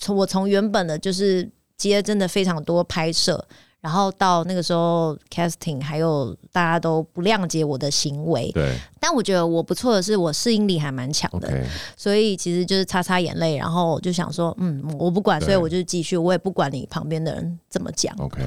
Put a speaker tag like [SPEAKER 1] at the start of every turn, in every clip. [SPEAKER 1] 从我从原本的就是接真的非常多拍摄，然后到那个时候 casting，还有大家都不谅解我的行为。
[SPEAKER 2] 对
[SPEAKER 1] 但我觉得我不错的是，我适应力还蛮强的
[SPEAKER 2] ，OK，
[SPEAKER 1] 所以其实就是擦擦眼泪，然后我就想说，嗯，我不管，
[SPEAKER 2] 对
[SPEAKER 1] 所以我就继续，我也不管你旁边的人怎么讲。
[SPEAKER 2] OK。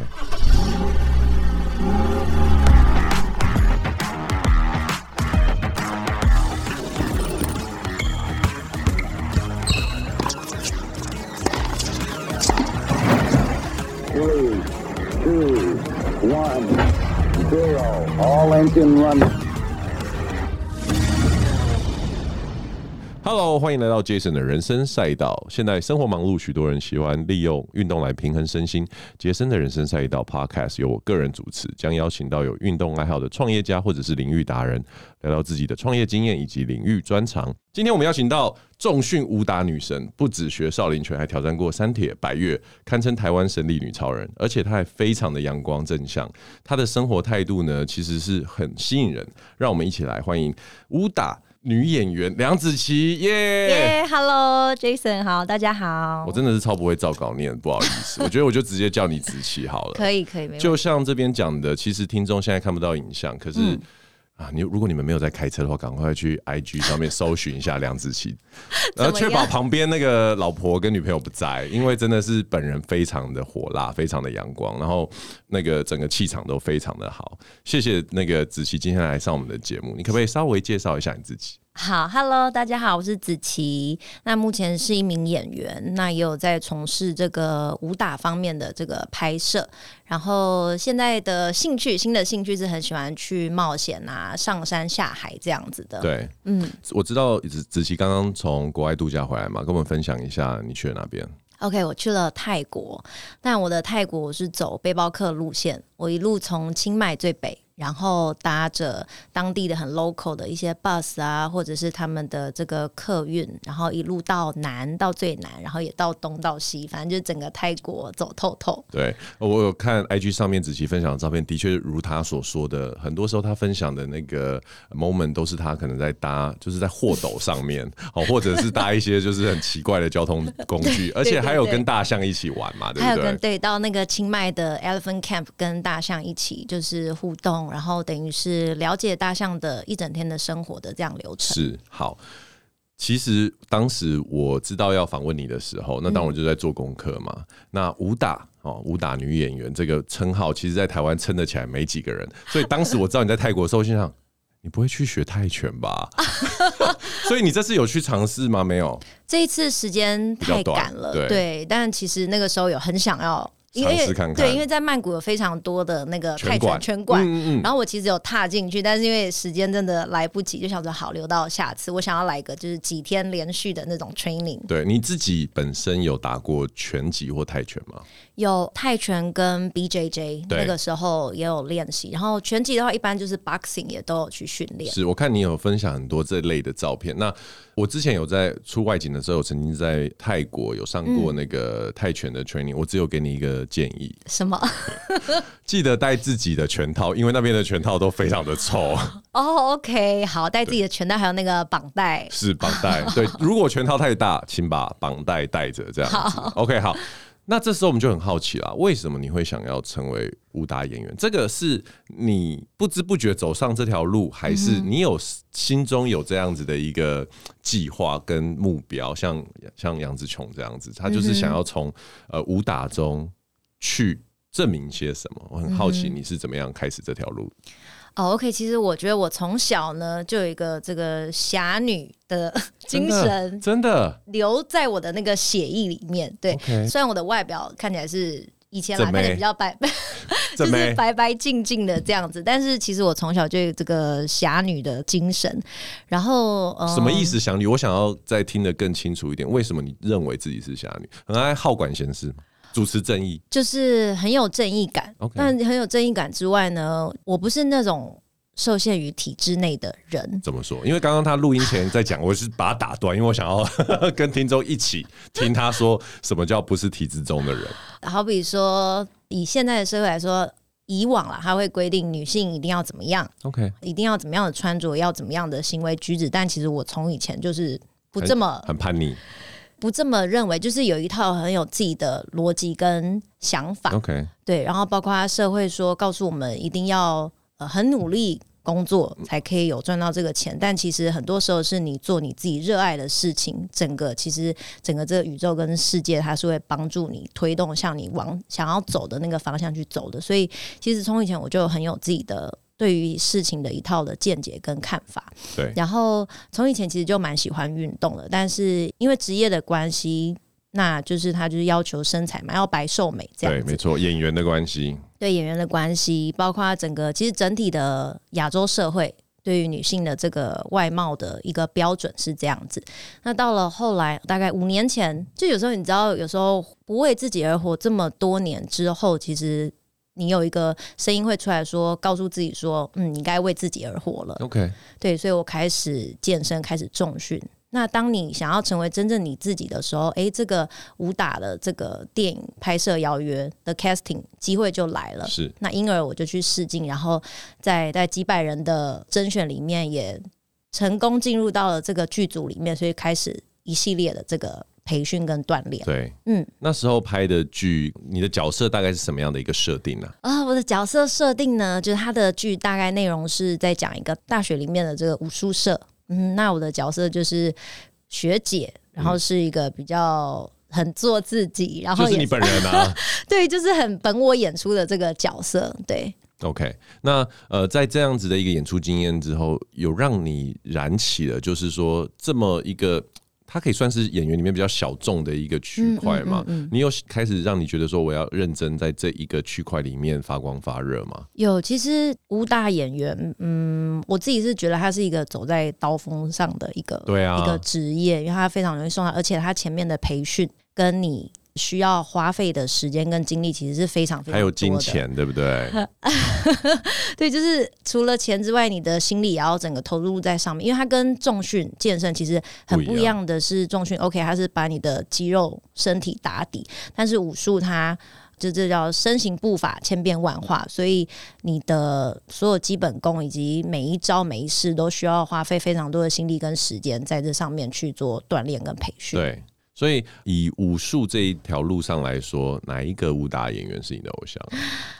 [SPEAKER 3] three, two, one, zero. All engine running.
[SPEAKER 2] Hello，欢迎来到 Jason 的人生赛道。现在生活忙碌，许多人喜欢利用运动来平衡身心。杰森的人生赛道 Podcast 由我个人主持，将邀请到有运动爱好的创业家或者是领域达人，聊聊自己的创业经验以及领域专长。今天我们邀请到重训武打女神，不止学少林拳，还挑战过三铁、百越，堪称台湾神力女超人。而且她还非常的阳光正向，她的生活态度呢，其实是很吸引人。让我们一起来欢迎武打。女演员梁子琪，耶、
[SPEAKER 4] 耶、h e l l o Jason，好，大家好
[SPEAKER 2] 我。真的是超不会照稿念，不好意 思，我觉得我就直接叫你子琪好了。
[SPEAKER 1] 可以，可以，没问题。
[SPEAKER 2] 就像这边讲的，其实听众现在看不到影像，可是、
[SPEAKER 4] 嗯
[SPEAKER 2] 啊，你如果你们没有在开车的话，赶快去 IG 上面搜寻一下梁子 琪，
[SPEAKER 4] 怎
[SPEAKER 2] 然后
[SPEAKER 4] 么
[SPEAKER 2] 确
[SPEAKER 4] 样
[SPEAKER 2] 保旁边那个老婆跟女朋友不在，因为真的是本人非常的火辣，非常的阳光，然后那个整个气场都非常的好。谢谢那个子琪今天来上我们的节目，你可不可以稍微介绍一下你自己？
[SPEAKER 1] 好，Hello，大家好，我是子琪。那目前是一名演员，那也有在从事这个武打方面的这个拍摄。然后现在的兴趣，新的兴趣是很喜欢去冒险啊，上山下海这样子的。，
[SPEAKER 2] 对，嗯，我知道子子琪刚刚从国外度假回来嘛，跟我们分享一下你去了哪边。
[SPEAKER 1] OK，我去了泰国，但我的泰国我是走背包客路线，我一路从清迈最北，然后搭着当地的很 local 的一些 bus 啊，或者是他们的这个客运，然后一路到南到最南，然后也到东到西，反正就是整个泰国走透透。
[SPEAKER 2] 对，我有看 IG 上面子琪分享的照片，的确如他所说的，很多时候他分享的那个 moment 都是他可能在搭，就是在货斗上面， 好，或者是搭一些就是很奇怪的交通 工具，而且还有跟大象一起玩嘛，对
[SPEAKER 1] 还
[SPEAKER 2] 不
[SPEAKER 1] 有跟
[SPEAKER 2] 对？
[SPEAKER 1] 对到那个清迈的 Elephant Camp 跟大象一起就是互动，然后等于是了解大象的一整天的生活的这样流程。
[SPEAKER 2] 是好。其实当时我知道要访问你的时候，那当然我就在做功课嘛。那武打哦，武打女演员这个称号，其实在台湾撑得起来没几个人。所以当时我知道你在泰国的时候，我心想 你不会去学泰拳吧？ 所以你这次有去尝试吗？没有，
[SPEAKER 1] 这一次时间太赶了，
[SPEAKER 2] 比较短对
[SPEAKER 1] 但其实那个时候有很想要，因为
[SPEAKER 2] 尝试看看
[SPEAKER 1] 对，因为在曼谷有非常多的那个泰
[SPEAKER 2] 拳馆
[SPEAKER 1] 拳拳馆，
[SPEAKER 2] 嗯嗯
[SPEAKER 1] 然后我其实有踏进去，但是因为时间真的来不及，就想说好留到下次，我想要来一个就是几天连续的那种 training，
[SPEAKER 2] 对你自己本身有打过拳击或泰拳吗？
[SPEAKER 1] 有泰拳跟 BJJ，
[SPEAKER 2] 对
[SPEAKER 1] 那个时候也有练习，然后拳击的话一般就是 boxing 也都有去训练。
[SPEAKER 2] 是我看你有分享很多这类的照片。那我之前有在出外景的时候，曾经在泰国有上过那个泰拳的 training，、我只有给你一个建议，
[SPEAKER 1] 什么？
[SPEAKER 2] 记得带自己的拳套，因为那边的拳套都非常的臭，
[SPEAKER 1] 哦、o k 好，带自己的拳带还有那个绑带，
[SPEAKER 2] 是绑 带。对，如果拳套太大，请把绑带带着，这样子。OK，好。那这时候我们就很好奇啦，为什么你会想要成为武打演员？这个是你不知不觉走上这条路，还
[SPEAKER 1] 嗯
[SPEAKER 2] 是你有心中有这样子的一个计划跟目标？像像杨紫琼这样子，她
[SPEAKER 1] 嗯
[SPEAKER 2] 就是想要从呃武打中去证明些什么。我很好
[SPEAKER 1] 嗯
[SPEAKER 2] 奇你是怎么样开始这条路的
[SPEAKER 1] 哦、o k 其实我觉得我从小呢就有一个这个侠女的精神
[SPEAKER 2] 真的
[SPEAKER 1] 留在我的那个血液里面。对
[SPEAKER 2] OK
[SPEAKER 1] 虽然我的外表看起来是以前啦，
[SPEAKER 2] 正
[SPEAKER 1] 看起
[SPEAKER 2] 妹
[SPEAKER 1] 来比较白，就
[SPEAKER 2] 真
[SPEAKER 1] 是
[SPEAKER 2] 的
[SPEAKER 1] 白白净净的这样子，但是其实我从小就有这个侠女的精神。然后，呃、
[SPEAKER 2] 什么意？思？侠女，我想要再听得更清楚一点，为什么你认为自己是侠女？很爱好管闲事吗？主持正义，
[SPEAKER 1] 就是很有正义感
[SPEAKER 2] OK
[SPEAKER 1] 但很有正义感之外呢，我不是那种受限于体制内的人。
[SPEAKER 2] 怎么说？因为刚刚他录音前在讲，我是把他打断，因为我想要跟听众一起听他说什么叫不是体制中的人。
[SPEAKER 1] 好比说，以现在的社会来说，以往啦，它会规定女性一定要怎么样，
[SPEAKER 2] OK，
[SPEAKER 1] 一定要怎么样的
[SPEAKER 2] 哎
[SPEAKER 1] 穿着，要怎么样的行为举止。但其实我从以前就是不这么
[SPEAKER 2] 很叛逆，
[SPEAKER 1] 不这么认为，就是有一套很有自己的逻辑跟想法。
[SPEAKER 2] OK，
[SPEAKER 1] 对，然后包括社会说告诉我们一定要呃很努力工作
[SPEAKER 2] 嗯
[SPEAKER 1] 才可以有赚到这个钱，但其实很多时候是你做你自己热爱的事情，整个其实整个这个宇宙跟世界它是会帮助你推动向你往想要走的那个方向去走的。所以其实从以前我就很有自己的。对于事情的一套的见解跟看法，
[SPEAKER 2] 对
[SPEAKER 1] 然后从以前其实就蛮喜欢运动的，但是因为职业的关系，那就是他就是要求身材嘛，要白瘦美这样
[SPEAKER 2] 对，
[SPEAKER 1] 子。
[SPEAKER 2] 没错，演员的关系，
[SPEAKER 1] 对演员的关系，包括整个其实整体的亚洲社会对于女性的这个外貌的一个标准是这样子。那到了后来，大概五年前，就有时候你知道，有时候不为自己而活这么多年之后，其实你有一个声音会出来说，告诉自己说，嗯，你该为自己而活了。
[SPEAKER 2] OK，
[SPEAKER 1] 对，所以我开始健身，开始重训。那当你想要成为真正你自己的时候，诶，这个武打的这个电影拍摄邀约的 casting 机会就来了。
[SPEAKER 2] 是
[SPEAKER 1] 那因而我就去试镜，然后在在几百人的甄选里面也成功进入到了这个剧组里面，所以开始一系列的这个培训跟锻炼。
[SPEAKER 2] 对，
[SPEAKER 1] 嗯，
[SPEAKER 2] 那时候拍的剧，你的角色大概是什么样的一个设定呢、
[SPEAKER 1] 啊、我的角色设定呢，就是它的剧大概内容是在讲一个大学里面的这个武术社。嗯，那我的角色就是学姐，然后是一个比较很做自己，然后
[SPEAKER 2] 嗯就
[SPEAKER 1] 也
[SPEAKER 2] 是你本人 啊。
[SPEAKER 1] 对，就是很本我演出的这个角色。对，
[SPEAKER 2] OK，那呃，在这样子的一个演出经验之后，有让你燃起了，就是说这么一个，它可以算是演员里面比较小众的一个
[SPEAKER 1] 嗯
[SPEAKER 2] 区块嘛？你有开始让你觉得说我要认真在这一个区块里面发光发热吗？
[SPEAKER 1] 有其实武打演员，嗯，我自己是觉得他是一个走在刀锋上的一个
[SPEAKER 2] 对啊
[SPEAKER 1] 一个职业，因为他非常容易受伤，而且他前面的培训跟你。需要花费的时间跟精力其实是非常非常
[SPEAKER 2] 还有金
[SPEAKER 1] 多的
[SPEAKER 2] 钱，对不对？
[SPEAKER 1] 对，就是除了钱之外，你的心力也要整个投入在上面，因为它跟重训健身其实很不
[SPEAKER 2] 不一样
[SPEAKER 1] 一样的是，重训 OK，它是把你的肌肉身体打底，但是武术它。就这叫身形步法千变万化，所以你的所有基本功以及每一招每一式都需要花费非常多的心力跟时间在这上面去做锻炼跟培训。
[SPEAKER 2] 对，所以以武术这一条路上来说，哪一个武打演员是你的偶像？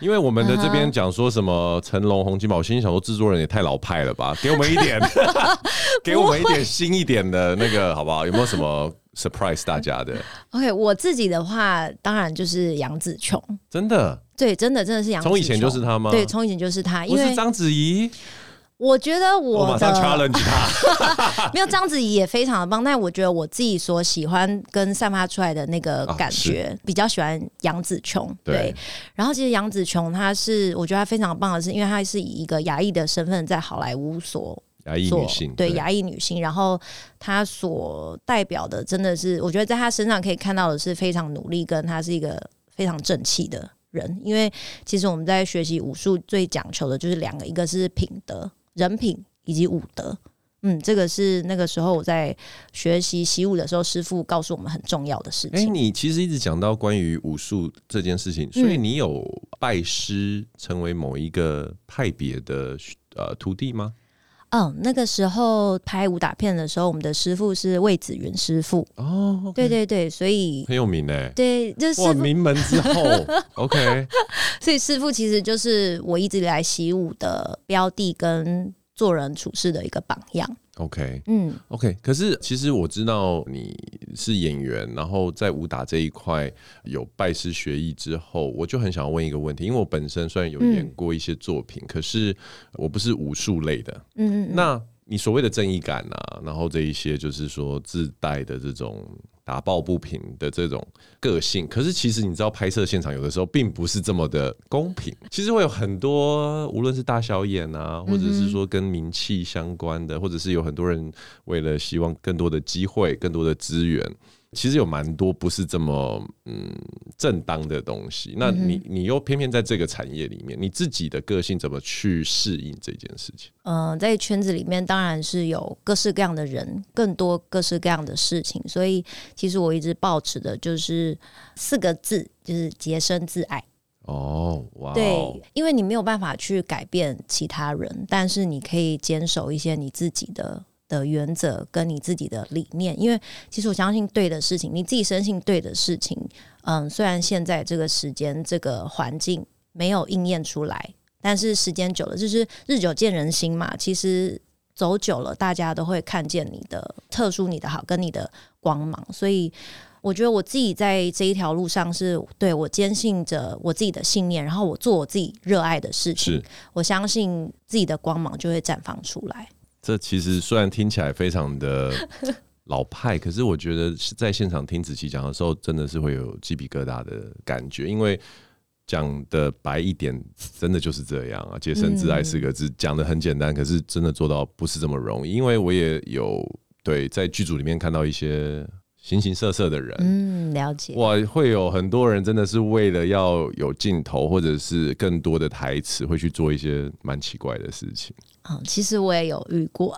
[SPEAKER 2] 因为我们的这边讲说什么成龙、洪金宝，我心想说制作人也太老派了 吧，给我们一点，给我们一点新一点的那个好不好？有没有什么 surprise 大家的？
[SPEAKER 1] OK，我自己的话，当然就是杨紫琼，
[SPEAKER 2] 真的，
[SPEAKER 1] 对，真的真的是杨紫琼。
[SPEAKER 2] 从以前就是他吗
[SPEAKER 1] 对，从以前就是他，因
[SPEAKER 2] 不
[SPEAKER 1] 为
[SPEAKER 2] 是章子怡，
[SPEAKER 1] 我觉得
[SPEAKER 2] 我
[SPEAKER 1] 我
[SPEAKER 2] 马上
[SPEAKER 1] 的
[SPEAKER 2] challenge 他。
[SPEAKER 1] 没有章子怡也非常的棒，但我觉得我自己所喜欢跟散发出来的那个感觉，比较喜欢杨紫琼。
[SPEAKER 2] 哦对
[SPEAKER 1] 对，然后其实杨紫琼她是，我觉得她非常棒的是，因为她是以一个亚裔的身份在好莱坞所
[SPEAKER 2] 亚裔
[SPEAKER 1] 所
[SPEAKER 2] 女性，
[SPEAKER 1] 对亚裔女性，然后她所代表的真的是，我觉得在她身上可以看到的是非常努力，跟她是一个非常正气的人。因为其实我们在学习武术最讲求的就是两个，一个是品德、人品以及武德。嗯，这个是那个时候我在学习习武的时候，师傅告诉我们很重要的事
[SPEAKER 2] 哎、
[SPEAKER 1] 情。
[SPEAKER 2] 你其实一直讲到关于武术这件事
[SPEAKER 1] 嗯
[SPEAKER 2] 情，所以你有拜师成为某一个派别的呃徒弟吗？
[SPEAKER 1] 嗯，那个时候拍武打片的时候，我们的师傅是魏子云师傅。
[SPEAKER 2] 哦，OK，
[SPEAKER 1] 对对对，所以
[SPEAKER 2] 很有名哎、
[SPEAKER 1] 对，这师
[SPEAKER 2] 哇，
[SPEAKER 1] 傅
[SPEAKER 2] 名门之 后，OK，
[SPEAKER 1] 所以师傅其实就是我一直以来习武的标的跟做人处事的一个榜样。
[SPEAKER 2] OK，
[SPEAKER 1] 嗯，
[SPEAKER 2] OK，可是其实我知道你是演员，然后在武打这一块有拜师学艺之后，我就很想要问一个问题，因为我本身虽然有演过一些作品，可是我不是武术类的。嗯嗯那你所谓的正义感啊，然后这一些就是说自带的这种打抱不平的这种个性，可是其实你知道，拍摄现场有的时候并不是这么的公平，其实会有很多，无论是大小眼啊，或者是说跟名气相关的，或者是有很多人为了希望更多的机会、更多的资源，其实有蛮多不是这么嗯正当的东西。那你你又偏偏在这个产业里面，你自己的个性怎么去适应这件事情？
[SPEAKER 1] 呃，在圈子里面当然是有各式各样的人，更多各式各样的事情，所以其实我一直保持的就是四个字，就是洁身自爱。
[SPEAKER 2] 哦，哇哦，
[SPEAKER 1] 对，因为你没有办法去改变其他人，但是你可以坚守一些你自己的的原则跟你自己的理念，因为其实我相信对的事情，你自己深信对的事情，嗯，虽然现在这个时间这个环境没有应验出来，但是时间久了，就是日久见人心嘛。其实走久了，大家都会看见你的特殊、你的好跟你的光芒，所以。我觉得我自己在这一条路上是对我坚信着我自己的信念，然后我做我自己热爱的事情
[SPEAKER 2] 是，
[SPEAKER 1] 我相信自己的光芒就会绽放出
[SPEAKER 2] 哎
[SPEAKER 1] 来。
[SPEAKER 2] 这其实虽然听起来非常的老派，可是我觉得是在现场听子琪讲的时候，真的是会有鸡皮疙瘩的感觉，因为讲的白一点，真的就是这样啊。洁身自爱四个字讲的很简单，可是真的做到不是这么容易。因为我也有对在剧组里面看到一些形形色色的人，
[SPEAKER 1] 嗯，了解。
[SPEAKER 2] 哇，会有很多人真的是为了要有镜头或者是更多的台词，会去做一些蛮奇怪的事情。
[SPEAKER 1] 嗯，其实我也有遇过，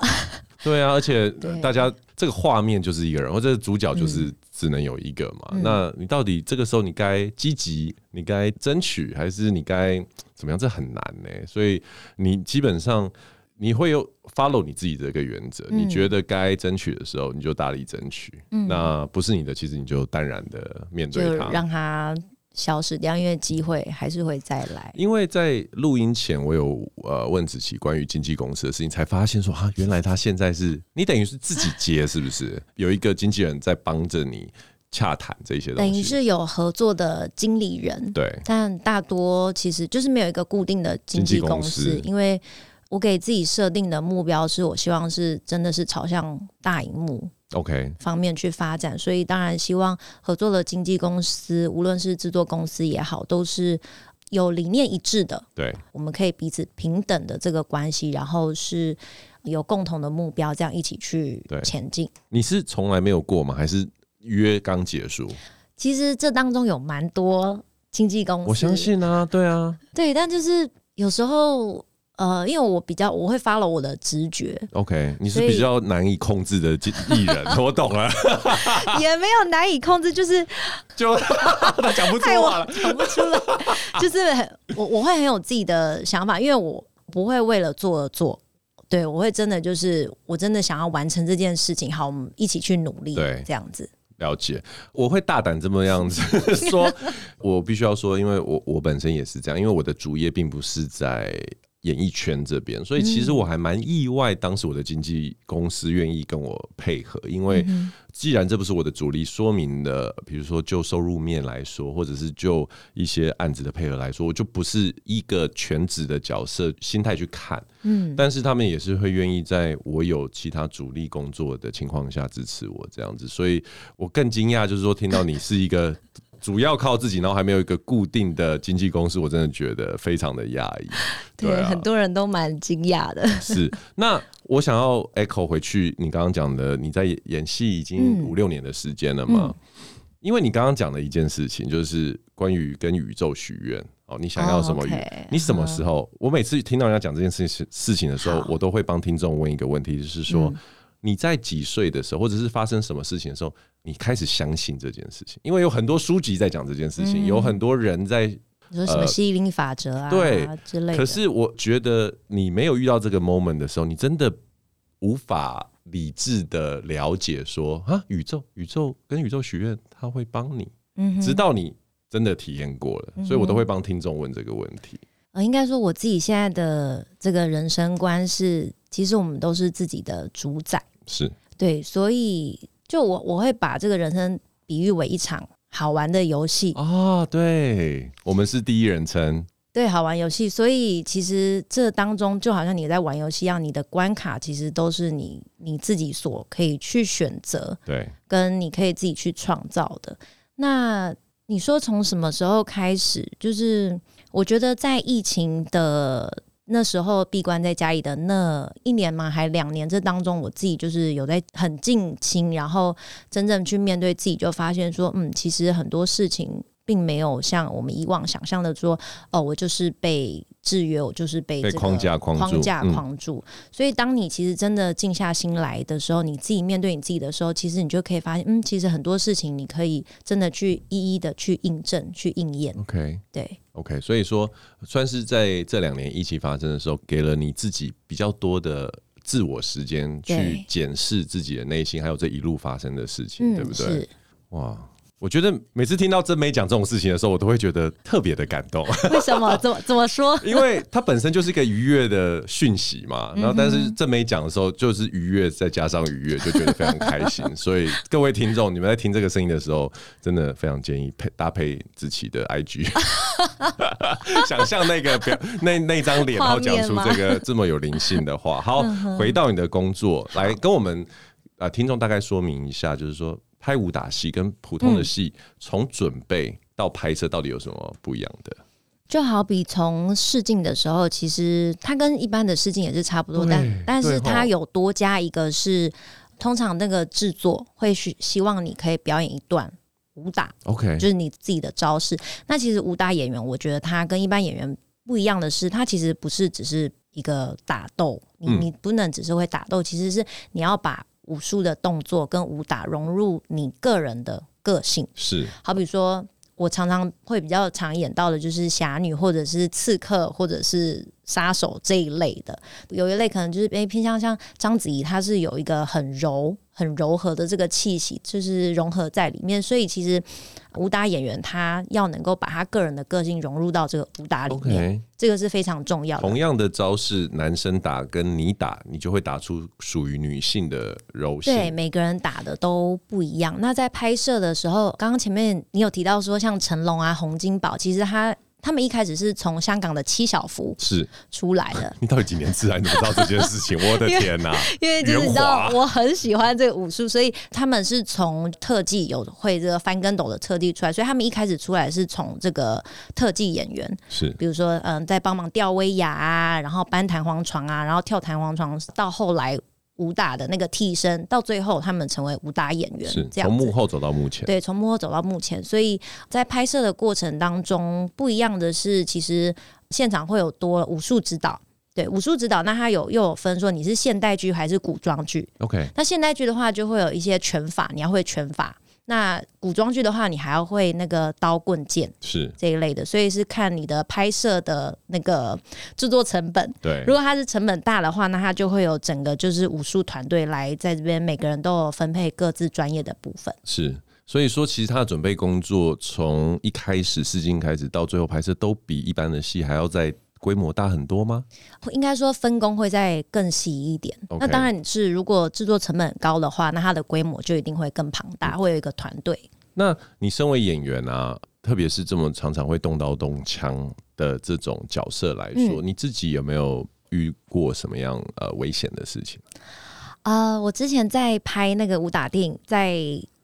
[SPEAKER 2] 对啊，而且呃
[SPEAKER 1] 对嗯
[SPEAKER 2] 大家这个画面就是一个人，或者主角就是只能有一个嘛。那你到底这个时候你该积极，你该争取，还是你该怎么样？这很难呢、所以你基本上你会有 follow 你自己的一个原则，
[SPEAKER 1] 嗯
[SPEAKER 2] 你觉得该争取的时候，你就大力争取。那不是你的，其实你就淡然的面
[SPEAKER 1] 就
[SPEAKER 2] 对它，
[SPEAKER 1] 让它消失掉，因为机会还是会再来。
[SPEAKER 2] 因为在录音前，我有呃问子琪关于经纪公司的事情，才发现说啊，原来他现在是你等于是自己接，是不是？有一个经纪人在帮着你洽谈这些东
[SPEAKER 1] 等
[SPEAKER 2] 西，
[SPEAKER 1] 于是有合作的经理人，
[SPEAKER 2] 对
[SPEAKER 1] 但大多其实就是没有一个固定的经纪公司，
[SPEAKER 2] 经纪公司
[SPEAKER 1] 因为我给自己设定的目标是我希望是真的是朝向大荧幕
[SPEAKER 2] ，OK，
[SPEAKER 1] 方面去发展，所以当然希望合作的经纪公司，无论是制作公司也好，都是有理念一致的，
[SPEAKER 2] 对，
[SPEAKER 1] 我们可以彼此平等的这个关系，然后是有共同的目标，这样一起去
[SPEAKER 2] 对
[SPEAKER 1] 前进。
[SPEAKER 2] 你是从来没有过吗？还是约刚结束？
[SPEAKER 1] 其实这当中有蛮多经纪公司，
[SPEAKER 2] 我相信啊，对啊
[SPEAKER 1] 对，但就是有时候。呃，因为我比较我会 follow 我的直觉，
[SPEAKER 2] ，OK，你是
[SPEAKER 1] 所以
[SPEAKER 2] 比较难以控制的经 艺人，我懂了，啊
[SPEAKER 1] 也没有难以控制，就是
[SPEAKER 2] 就 他讲不出
[SPEAKER 1] 害我
[SPEAKER 2] 话了，
[SPEAKER 1] 讲不出来，就是很我我会很有自己的想法，因为我不会为了做而做，对我会真的就是我真的想要完成这件事情，好，我们一起去努力，
[SPEAKER 2] 对
[SPEAKER 1] 这样子，
[SPEAKER 2] 了解，我会大胆这么样子说，我必须要说，因为我我本身也是这样，因为我的主业并不是在演艺圈这边，所以其实我还蛮意外，当时我的经纪公司愿意跟我配合，因为既然这不是我的主力，说明了，比如说就收入面来说，或者是就一些案子的配合来说，我就不是一个全职的角色心态去看，
[SPEAKER 1] 嗯，
[SPEAKER 2] 但是他们也是会愿意在我有其他主力工作的情况下支持我这样子，所以我更惊讶，就是说听到你是一个主要靠自己，然后还没有一个固定的经纪公司，我真的觉得非常的讶异。对啊
[SPEAKER 1] 很多人都蛮惊讶的，
[SPEAKER 2] 是，那我想要 echo 回去你刚刚讲的，你在演戏已经
[SPEAKER 1] 嗯
[SPEAKER 2] 五六年的时间了嘛？因为你刚刚讲的一件事情，就是关于跟宇宙许愿哦，你想要什么
[SPEAKER 1] 哦
[SPEAKER 2] 宇？
[SPEAKER 1] ，OK，
[SPEAKER 2] 你什么时候？我每次听到人家讲这件事情事情的时候
[SPEAKER 1] 好，嗯
[SPEAKER 2] 我都会帮听众问一个问题，就是说。你在几岁的时候，或者是发生什么事情的时候，你开始相信这件事情？因为有很多书籍在讲这件事
[SPEAKER 1] 嗯
[SPEAKER 2] 情，有很多人在
[SPEAKER 1] 你说什么吸引力法则啊，
[SPEAKER 2] 呃对
[SPEAKER 1] 之类的，
[SPEAKER 2] 可是我觉得你没有遇到这个 moment 的时候，你真的无法理智的了解说啊，宇宙宇宙跟宇宙许愿，他会帮你，
[SPEAKER 1] 嗯哼
[SPEAKER 2] 直到你真的体验过了，所以我都会帮听众问这个问题。
[SPEAKER 1] 呃，应该说我自己现在的这个人生观是，其实我们都是自己的主宰，
[SPEAKER 2] 是
[SPEAKER 1] 对，所以就我我会把这个人生比喻为一场好玩的游戏，
[SPEAKER 2] 啊，对，我们是第一人称，
[SPEAKER 1] 对，好玩游戏。所以其实这当中就好像你在玩游戏一样，你的关卡其实都是你你自己所可以去选择，
[SPEAKER 2] 对，
[SPEAKER 1] 跟你可以自己去创造的。那你说从什么时候开始？就是我觉得在疫情的那时候闭关在家里的那一年嘛，还两年这当中，我自己就是有在很尽心，然后真正去面对自己，就发现说，嗯，其实很多事情。并没有像我们以往想象的说，哦，我就是被制约，我就是被、
[SPEAKER 2] 被
[SPEAKER 1] 这个
[SPEAKER 2] 框架框住
[SPEAKER 1] 框架
[SPEAKER 2] 嗯
[SPEAKER 1] 框住。所以，当你其实真的静下心来的时候，你自己面对你自己的时候，其实你就可以发现，嗯，其实很多事情你可以真的去一一的去印证、去应验。
[SPEAKER 2] ，OK。
[SPEAKER 1] 对，
[SPEAKER 2] OK，所以说算是在这两年一起发生的时候，给了你自己比较多的自我时间去
[SPEAKER 1] 对
[SPEAKER 2] 检视自己的内心，还有这一路发生的事情，
[SPEAKER 1] 嗯，
[SPEAKER 2] 对不对
[SPEAKER 1] 是？
[SPEAKER 2] 哇，我觉得每次听到真美讲这种事情的时候，我都会觉得特别的感动。
[SPEAKER 1] 为什么？怎么怎么说？
[SPEAKER 2] 因为它本身就是一个愉悦的讯息嘛，然后但是正美讲的时候就是愉悦，再加上愉悦，就觉得非常开心。所以各位听众，你们在听这个声音的时候，真的非常建议配搭配自己的 IG，想象那个表那那张脸，然后讲出
[SPEAKER 4] 画面吗
[SPEAKER 2] 这个这么有灵性的话。好，回到你的工作，来跟我们啊、呃听众大概说明一下，就是说拍武打戏跟普通的戏从、准备到拍摄到底有什么不一样的？
[SPEAKER 1] 就好比从试镜的时候，其实它跟一般的试镜也是差不多，
[SPEAKER 2] 对
[SPEAKER 1] 但但
[SPEAKER 2] 对
[SPEAKER 1] 是
[SPEAKER 2] 吼
[SPEAKER 1] 它有多加一个是，通常那个制作会希希望你可以表演一段武打，
[SPEAKER 2] OK，
[SPEAKER 1] 就是你自己的招式。那其实武打演员，我觉得他跟一般演员不一样的是，他其实不是只是一个打斗，你
[SPEAKER 2] 嗯
[SPEAKER 1] 你不能只是会打斗，其实是你要把武术的动作跟武打融入你个人的个性。
[SPEAKER 2] 是
[SPEAKER 1] 好比说，我常常会比较常演到的就是侠女，或者是刺客，或者是杀手这一类的。有一类可能就是诶、偏向像章子怡，她是有一个很柔、很柔和的这个气息，就是融合在里面。所以其实武打演员他要能够把他个人的个性融入到这个武打里面
[SPEAKER 2] OK。
[SPEAKER 1] 这个是非常重要的
[SPEAKER 2] 同。样的招式，男生打跟你打，你就会打出属于女性的柔
[SPEAKER 1] 对，
[SPEAKER 2] 性。
[SPEAKER 1] 每个人打的都不一样。那在拍摄的时候，刚刚前面你有提到说，像成龙啊、洪金宝，其实他他们一开始是从香港的七小福
[SPEAKER 2] 是，
[SPEAKER 1] 出来的
[SPEAKER 2] 你到底几年自然你不知道这件事情？我的天哪、
[SPEAKER 1] 因为就是你知道
[SPEAKER 2] 圆滑
[SPEAKER 1] 我很喜欢这个武术，所以他们是从特技有会这个翻跟斗的特技出来，所以他们一开始出来是从这个特技演员，
[SPEAKER 2] 是
[SPEAKER 1] 比如说嗯，在帮忙吊威亚啊，然后搬弹簧床啊，然后跳弹簧床，到后来武打的那个替身，到最后他们成为武打演员
[SPEAKER 2] 是，，
[SPEAKER 1] 这样
[SPEAKER 2] 从幕
[SPEAKER 1] 子。
[SPEAKER 2] 后走到幕前。
[SPEAKER 1] 对，从幕后走到幕前，所以在拍摄的过程当中，不一样的是，其实现场会有多武术指导。对武术指导，那它有又有分说你是现代剧还是古装剧。
[SPEAKER 2] OK，
[SPEAKER 1] 那现代剧的话，就会有一些拳法，你要会拳法；那古装剧的话，你还要会那个刀棍剑
[SPEAKER 2] 是
[SPEAKER 1] 这一类的，所以是看你的拍摄的那个制作成本。
[SPEAKER 2] 对
[SPEAKER 1] 如。果它是成本大的话，那它就会有整个就是武术团队来在这边，每个人都有分配各自专业的部分。
[SPEAKER 2] 是，所以说其实他的准备工作从一开始试镜开始到最后拍摄，都比一般的戏还要再规模大很多吗？
[SPEAKER 1] 应该说分工会再更细一点。
[SPEAKER 2] OK
[SPEAKER 1] 那当然是，如果制作成本很高的话，那它的规模就一定会更庞
[SPEAKER 2] 嗯
[SPEAKER 1] 大，会有一个团队。
[SPEAKER 2] 那你身为演员啊，特别是这么常常会动刀动枪的这种角色来
[SPEAKER 1] 嗯
[SPEAKER 2] 说，你自己有没有遇过什么样呃危险的事情？
[SPEAKER 1] 呃，我之前在拍那个武打电影，在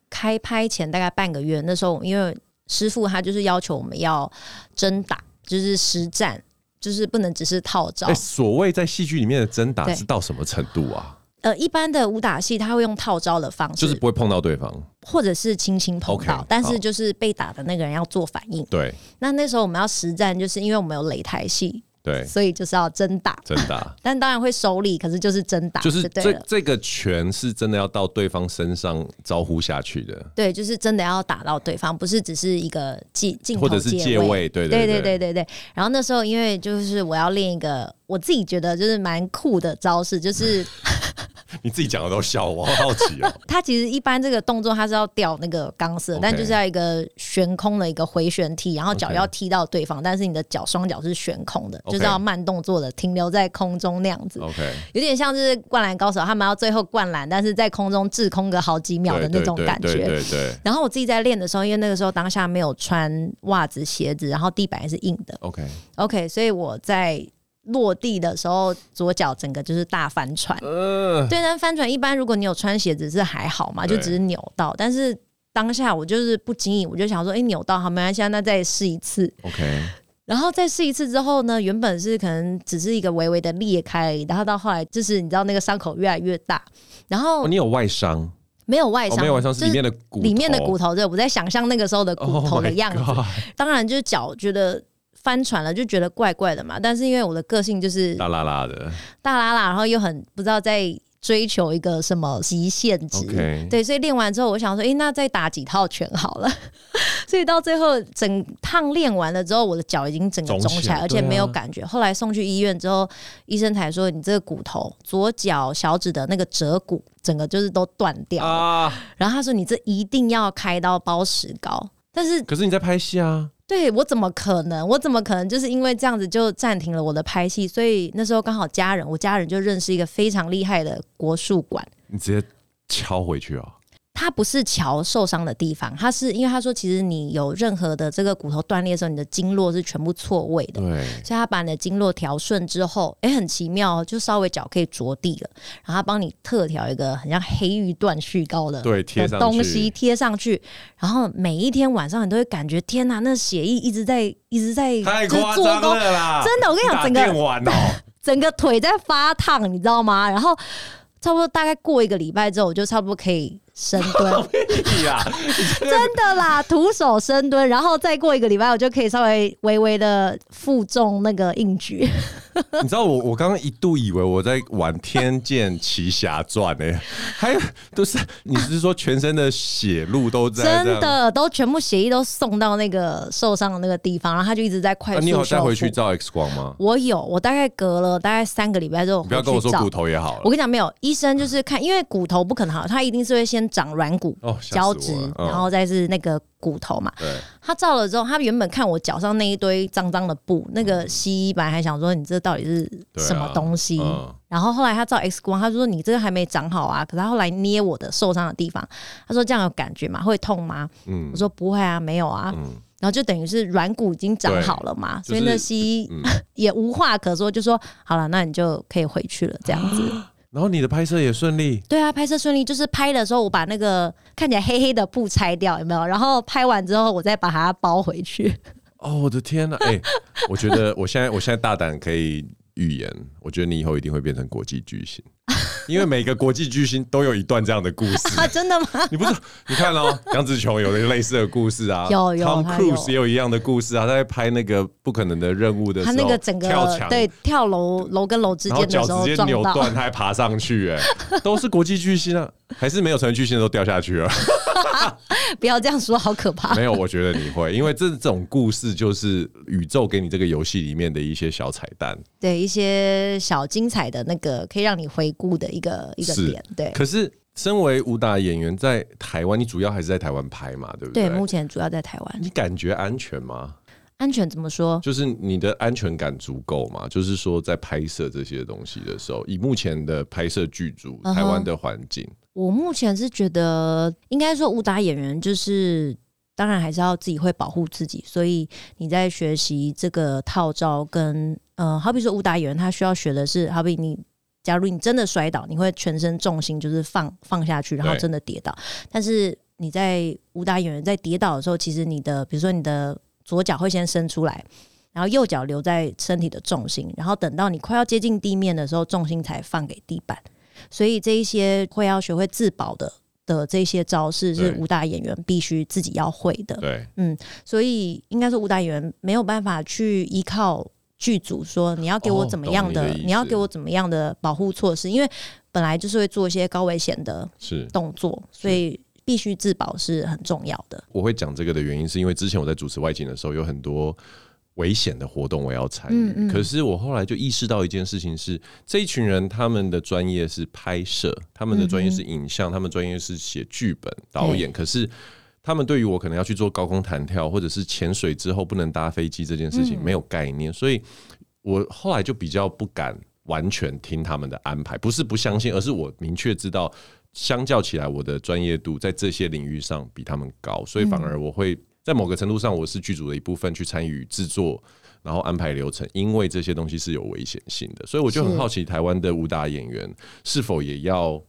[SPEAKER 1] 开拍前大概半个月，那时候因为师傅他就是要求我们要真打，就是实战，就是不能只是套招。
[SPEAKER 2] 哎、所谓在戏剧里面的真打
[SPEAKER 1] 对
[SPEAKER 2] 是到什么程度啊？
[SPEAKER 1] 呃，一般的武打戏他会用套招的方式，
[SPEAKER 2] 就是不会碰到对方，
[SPEAKER 1] 或者是轻轻碰
[SPEAKER 2] OK，
[SPEAKER 1] 到但
[SPEAKER 2] 好
[SPEAKER 1] 是就是被打的那个人要做反应。
[SPEAKER 2] 对
[SPEAKER 1] 那那时候我们要实战，就是因为我们有擂台戏，
[SPEAKER 2] 对，
[SPEAKER 1] 所以就是要真 打。
[SPEAKER 2] 真打。
[SPEAKER 1] 但当然会手里，可是就是真打，
[SPEAKER 2] 就是
[SPEAKER 1] 对
[SPEAKER 2] 这
[SPEAKER 1] 了。
[SPEAKER 2] 这个拳是真的要到对方身上招呼下去的，
[SPEAKER 1] 对，就是真的要打到对方，不是只是一个镜镜头
[SPEAKER 2] 或者是借
[SPEAKER 1] 位。
[SPEAKER 2] 位，对
[SPEAKER 1] 对
[SPEAKER 2] 对
[SPEAKER 1] 对对对对。然后那时候因为就是我要练一个我自己觉得就是蛮酷的招式，就是
[SPEAKER 2] 你自己讲的都笑，我好好奇 哦。
[SPEAKER 1] 它其实一般这个动作它是要吊那个钢丝的，但
[SPEAKER 2] OK
[SPEAKER 1] 就是要一个悬空的一个回旋踢，然后脚
[SPEAKER 2] OK
[SPEAKER 1] 要踢到对方，但是你的脚双脚是悬空的，就是
[SPEAKER 2] OK
[SPEAKER 1] 要慢动作的停留在空中那样子。
[SPEAKER 2] OK，
[SPEAKER 1] 有点像是灌篮高手，他们要最后灌篮，但是在空中滞空个好几秒的那种
[SPEAKER 2] 对对
[SPEAKER 1] 感觉。
[SPEAKER 2] 对对对
[SPEAKER 1] 然后我自己在练的时候，因为那个时候当下没有穿袜子、鞋子，然后地板也是硬的。
[SPEAKER 2] ，OK，
[SPEAKER 1] OK，所以我在落地的时候，左脚整个就是大翻船。
[SPEAKER 2] 呃，
[SPEAKER 1] 对，但翻船一般如果你有穿鞋子是还好嘛，就
[SPEAKER 2] 对
[SPEAKER 1] 只是扭到，但是。当下我就是不经意，我就想说，哎、扭到好，没关系啊，那再试一次。
[SPEAKER 2] OK，
[SPEAKER 1] 然后再试一次之后呢，原本是可能只是一个微微的裂开而已，然后到后来就是你知道那个伤口越来越大，然后
[SPEAKER 2] 哦，你有外伤，
[SPEAKER 1] 没有外
[SPEAKER 2] 哦，
[SPEAKER 1] 伤，
[SPEAKER 2] 没有外伤是
[SPEAKER 1] 就
[SPEAKER 2] 里面的骨，
[SPEAKER 1] 里面的骨。头，对，我在想象那个时候的骨
[SPEAKER 2] Oh
[SPEAKER 1] 头
[SPEAKER 2] my
[SPEAKER 1] 的样子。
[SPEAKER 2] God
[SPEAKER 1] 当然就是脚觉得翻船了，就觉得怪怪的嘛。但是因为我的个性就是
[SPEAKER 2] 大啦啦的，
[SPEAKER 1] 大拉拉，然后又很不知道在追求一个什么极限值。
[SPEAKER 2] OK
[SPEAKER 1] 对，所以练完之后，我想说，诶，那再打几套拳好了。 所以到最后整趟练完了之后，我的脚已经整个
[SPEAKER 2] 肿
[SPEAKER 1] 肿
[SPEAKER 2] 起
[SPEAKER 1] 起
[SPEAKER 2] 来
[SPEAKER 1] 来，而且
[SPEAKER 2] 对啊
[SPEAKER 1] 没有感觉。后来送去医院之后，医生才说，你这个骨头左脚小指的那个折骨，整个就是都断掉了。
[SPEAKER 2] 啊！
[SPEAKER 1] 然后他说，你这一定要开刀包石膏。但是
[SPEAKER 2] 可是你在拍戏啊，
[SPEAKER 1] 对我怎么可能？我怎么可能就是因为这样子就暂停了我的拍戏？所以那时候刚好家人，我家人就认识一个非常厉害的国术馆。
[SPEAKER 2] 你直接敲回去啊！
[SPEAKER 1] 它不是桥受伤的地方，它是因为他说，其实你有任何的这个骨头断裂的时候，你的经络是全部错位的。
[SPEAKER 2] 对，
[SPEAKER 1] 所以他把你的经络调顺之后，哎、很奇妙哦，就稍微脚可以着地了，然后他帮你特调一个很像黑玉断续膏的
[SPEAKER 2] 对贴
[SPEAKER 1] 的
[SPEAKER 2] 上去
[SPEAKER 1] 东西贴上去，然后每一天晚上你都会感觉天哪、那血液一直在一直在
[SPEAKER 2] 太
[SPEAKER 1] 就是
[SPEAKER 2] 夸
[SPEAKER 1] 做
[SPEAKER 2] 张
[SPEAKER 1] 工
[SPEAKER 2] 了啦！
[SPEAKER 1] 真的我跟你讲
[SPEAKER 2] 打
[SPEAKER 1] 整个
[SPEAKER 2] 电玩哦，
[SPEAKER 1] 整个腿在发烫，你知道吗？然后差不多大概过一个礼拜之后，我就差不多可以深 蹲，
[SPEAKER 2] 屁啊！
[SPEAKER 1] 真的啦，徒手深蹲，然后再过一个礼拜，我就可以稍微微微的负重那个硬举。
[SPEAKER 2] 你知道我我刚刚一度以为我在玩《天剑奇侠传》呢，还有都是你是说全身的血路都在这
[SPEAKER 1] 真
[SPEAKER 2] 样
[SPEAKER 1] 的都全部血液都送到那个受伤的那个地方，然后他就一直在快
[SPEAKER 2] 啊、
[SPEAKER 1] 速、
[SPEAKER 2] 你
[SPEAKER 1] 修
[SPEAKER 2] 有
[SPEAKER 1] 复。
[SPEAKER 2] 带回去照 X 光吗？
[SPEAKER 1] 我有，我大概隔了大概三个礼拜之后，
[SPEAKER 2] 你不要跟我说
[SPEAKER 1] 回去照
[SPEAKER 2] 骨头也好
[SPEAKER 1] 我
[SPEAKER 2] 了，
[SPEAKER 1] 跟你讲，没有医生就是看，因为骨头不可能好，他一定是会先长软骨、
[SPEAKER 2] 哦吓死我
[SPEAKER 1] 胶
[SPEAKER 2] 了
[SPEAKER 1] 质，
[SPEAKER 2] 嗯
[SPEAKER 1] 然后再是那个骨头嘛。
[SPEAKER 2] 对，
[SPEAKER 1] 他照了之后，他原本看我脚上那一堆脏脏的布，那个西医本来还想说你这到底是
[SPEAKER 2] 对啊
[SPEAKER 1] 什么东西，
[SPEAKER 2] 嗯
[SPEAKER 1] 然后后来他照 X 光，他说你这个还没长好啊。可是他后来捏我的受伤的地方，他说这样有感觉吗？会痛吗？
[SPEAKER 2] 嗯
[SPEAKER 1] 我说不会啊，没有啊。
[SPEAKER 2] 嗯，
[SPEAKER 1] 然后就等于是软骨已经长好了嘛，所
[SPEAKER 2] 对嗯就是
[SPEAKER 1] 以那西医 也无话可说，就说好了，那你就可以回去了，这样 子。
[SPEAKER 2] 然后你的拍摄也顺利，
[SPEAKER 1] 对啊，拍摄顺利，就是拍的时候我把那个看起来黑黑的布拆掉，有没有？然后拍完之后我再把它包回去。
[SPEAKER 2] 哦，我的天呐、哎、我觉得我现在我现在大胆可以预言，我觉得你以后一定会变成国际巨星，因为每个国际巨星都有一段这样的故事。
[SPEAKER 1] 啊，真的 吗？
[SPEAKER 2] 你不是你看哦，杨紫琼有类似的故事啊，
[SPEAKER 1] 有有
[SPEAKER 2] Tom
[SPEAKER 1] 他
[SPEAKER 2] Cruise
[SPEAKER 1] 有
[SPEAKER 2] 也有一样的故事啊，他在拍那个不可能的任务的时
[SPEAKER 1] 他
[SPEAKER 2] 候，
[SPEAKER 1] 那个整个
[SPEAKER 2] 跳墙
[SPEAKER 1] 对跳楼楼跟楼之
[SPEAKER 2] 然后
[SPEAKER 1] 间
[SPEAKER 2] 脚
[SPEAKER 1] 的时候
[SPEAKER 2] 直接
[SPEAKER 1] 撞
[SPEAKER 2] 扭
[SPEAKER 1] 到，
[SPEAKER 2] 断，他还爬上去、哎，都是国际巨星啊，还是没有成为巨星的都掉下去了。
[SPEAKER 1] 不要这样说，好可怕。
[SPEAKER 2] 没有，我觉得你会，因为这这种故事就是宇宙给你这个游戏里面的一些小彩蛋。
[SPEAKER 1] 对一些小精彩的那个可以让你回顾的一个一个
[SPEAKER 2] 是
[SPEAKER 1] 点，对
[SPEAKER 2] 可是，身为武打演员，在台湾，你主要还是在台湾拍嘛，对不
[SPEAKER 1] 对，目前主要在台湾。
[SPEAKER 2] 你感觉安全吗？
[SPEAKER 1] 安全怎么说？
[SPEAKER 2] 就是你的安全感足够吗？就是说，在拍摄这些东西的时候，以目前的拍摄剧组、
[SPEAKER 1] 嗯哼
[SPEAKER 2] 台湾的环境，
[SPEAKER 1] 我目前是觉得，应该说武打演员就是，当然还是要自己会保护自己，所以你在学习这个套招跟呃，好比说武打演员，他需要学的是，好比你。假如你真的摔倒，你会全身重心就是放放下去，然后
[SPEAKER 2] 对
[SPEAKER 1] 真的跌倒。但是你在武打演员在跌倒的时候，其实你的比如说你的左脚会先伸出来，然后右脚留在身体的重心，然后等到你快要接近地面的时候，重心才放给地板。所以这一些会要学会自保的的这些招式是
[SPEAKER 2] 对
[SPEAKER 1] 武打演员必须自己要会的。
[SPEAKER 2] 对，
[SPEAKER 1] 所以应该说武打演员没有办法去依靠剧组说你要给我
[SPEAKER 2] 哦
[SPEAKER 1] 怎么样的，
[SPEAKER 2] 懂你的意思
[SPEAKER 1] 你要给我怎么样的保护措施，因为本来就是会做一些高危险的
[SPEAKER 2] 是。
[SPEAKER 1] 动作，所以必须自保是很重要的。
[SPEAKER 2] 我会讲这个的原因，是因为之前我在主持外景的时候，有很多危险的活动我要参与。
[SPEAKER 1] 嗯嗯
[SPEAKER 2] 可是我后来就意识到一件事情是，这一群人他们的专业是拍摄，他们的
[SPEAKER 1] 嗯
[SPEAKER 2] 专业是影像，他们专业是写剧本、导演。可是他们对于我可能要去做高空弹跳，或者是潜水之后不能搭飞机这件事
[SPEAKER 1] 嗯
[SPEAKER 2] 情没有概念，所以我后来就比较不敢完全听他们的安排，不是不相信，而是我明确知道，相较起来，我的专业度在这些领域上比他们高，所以反
[SPEAKER 1] 嗯
[SPEAKER 2] 而我会在某个程度上，我是剧组的一部分去参与制作。然后安排流程，因为这些东西是有危险性的，所以我就很
[SPEAKER 1] 是
[SPEAKER 2] 好奇台湾的武打演员是否也要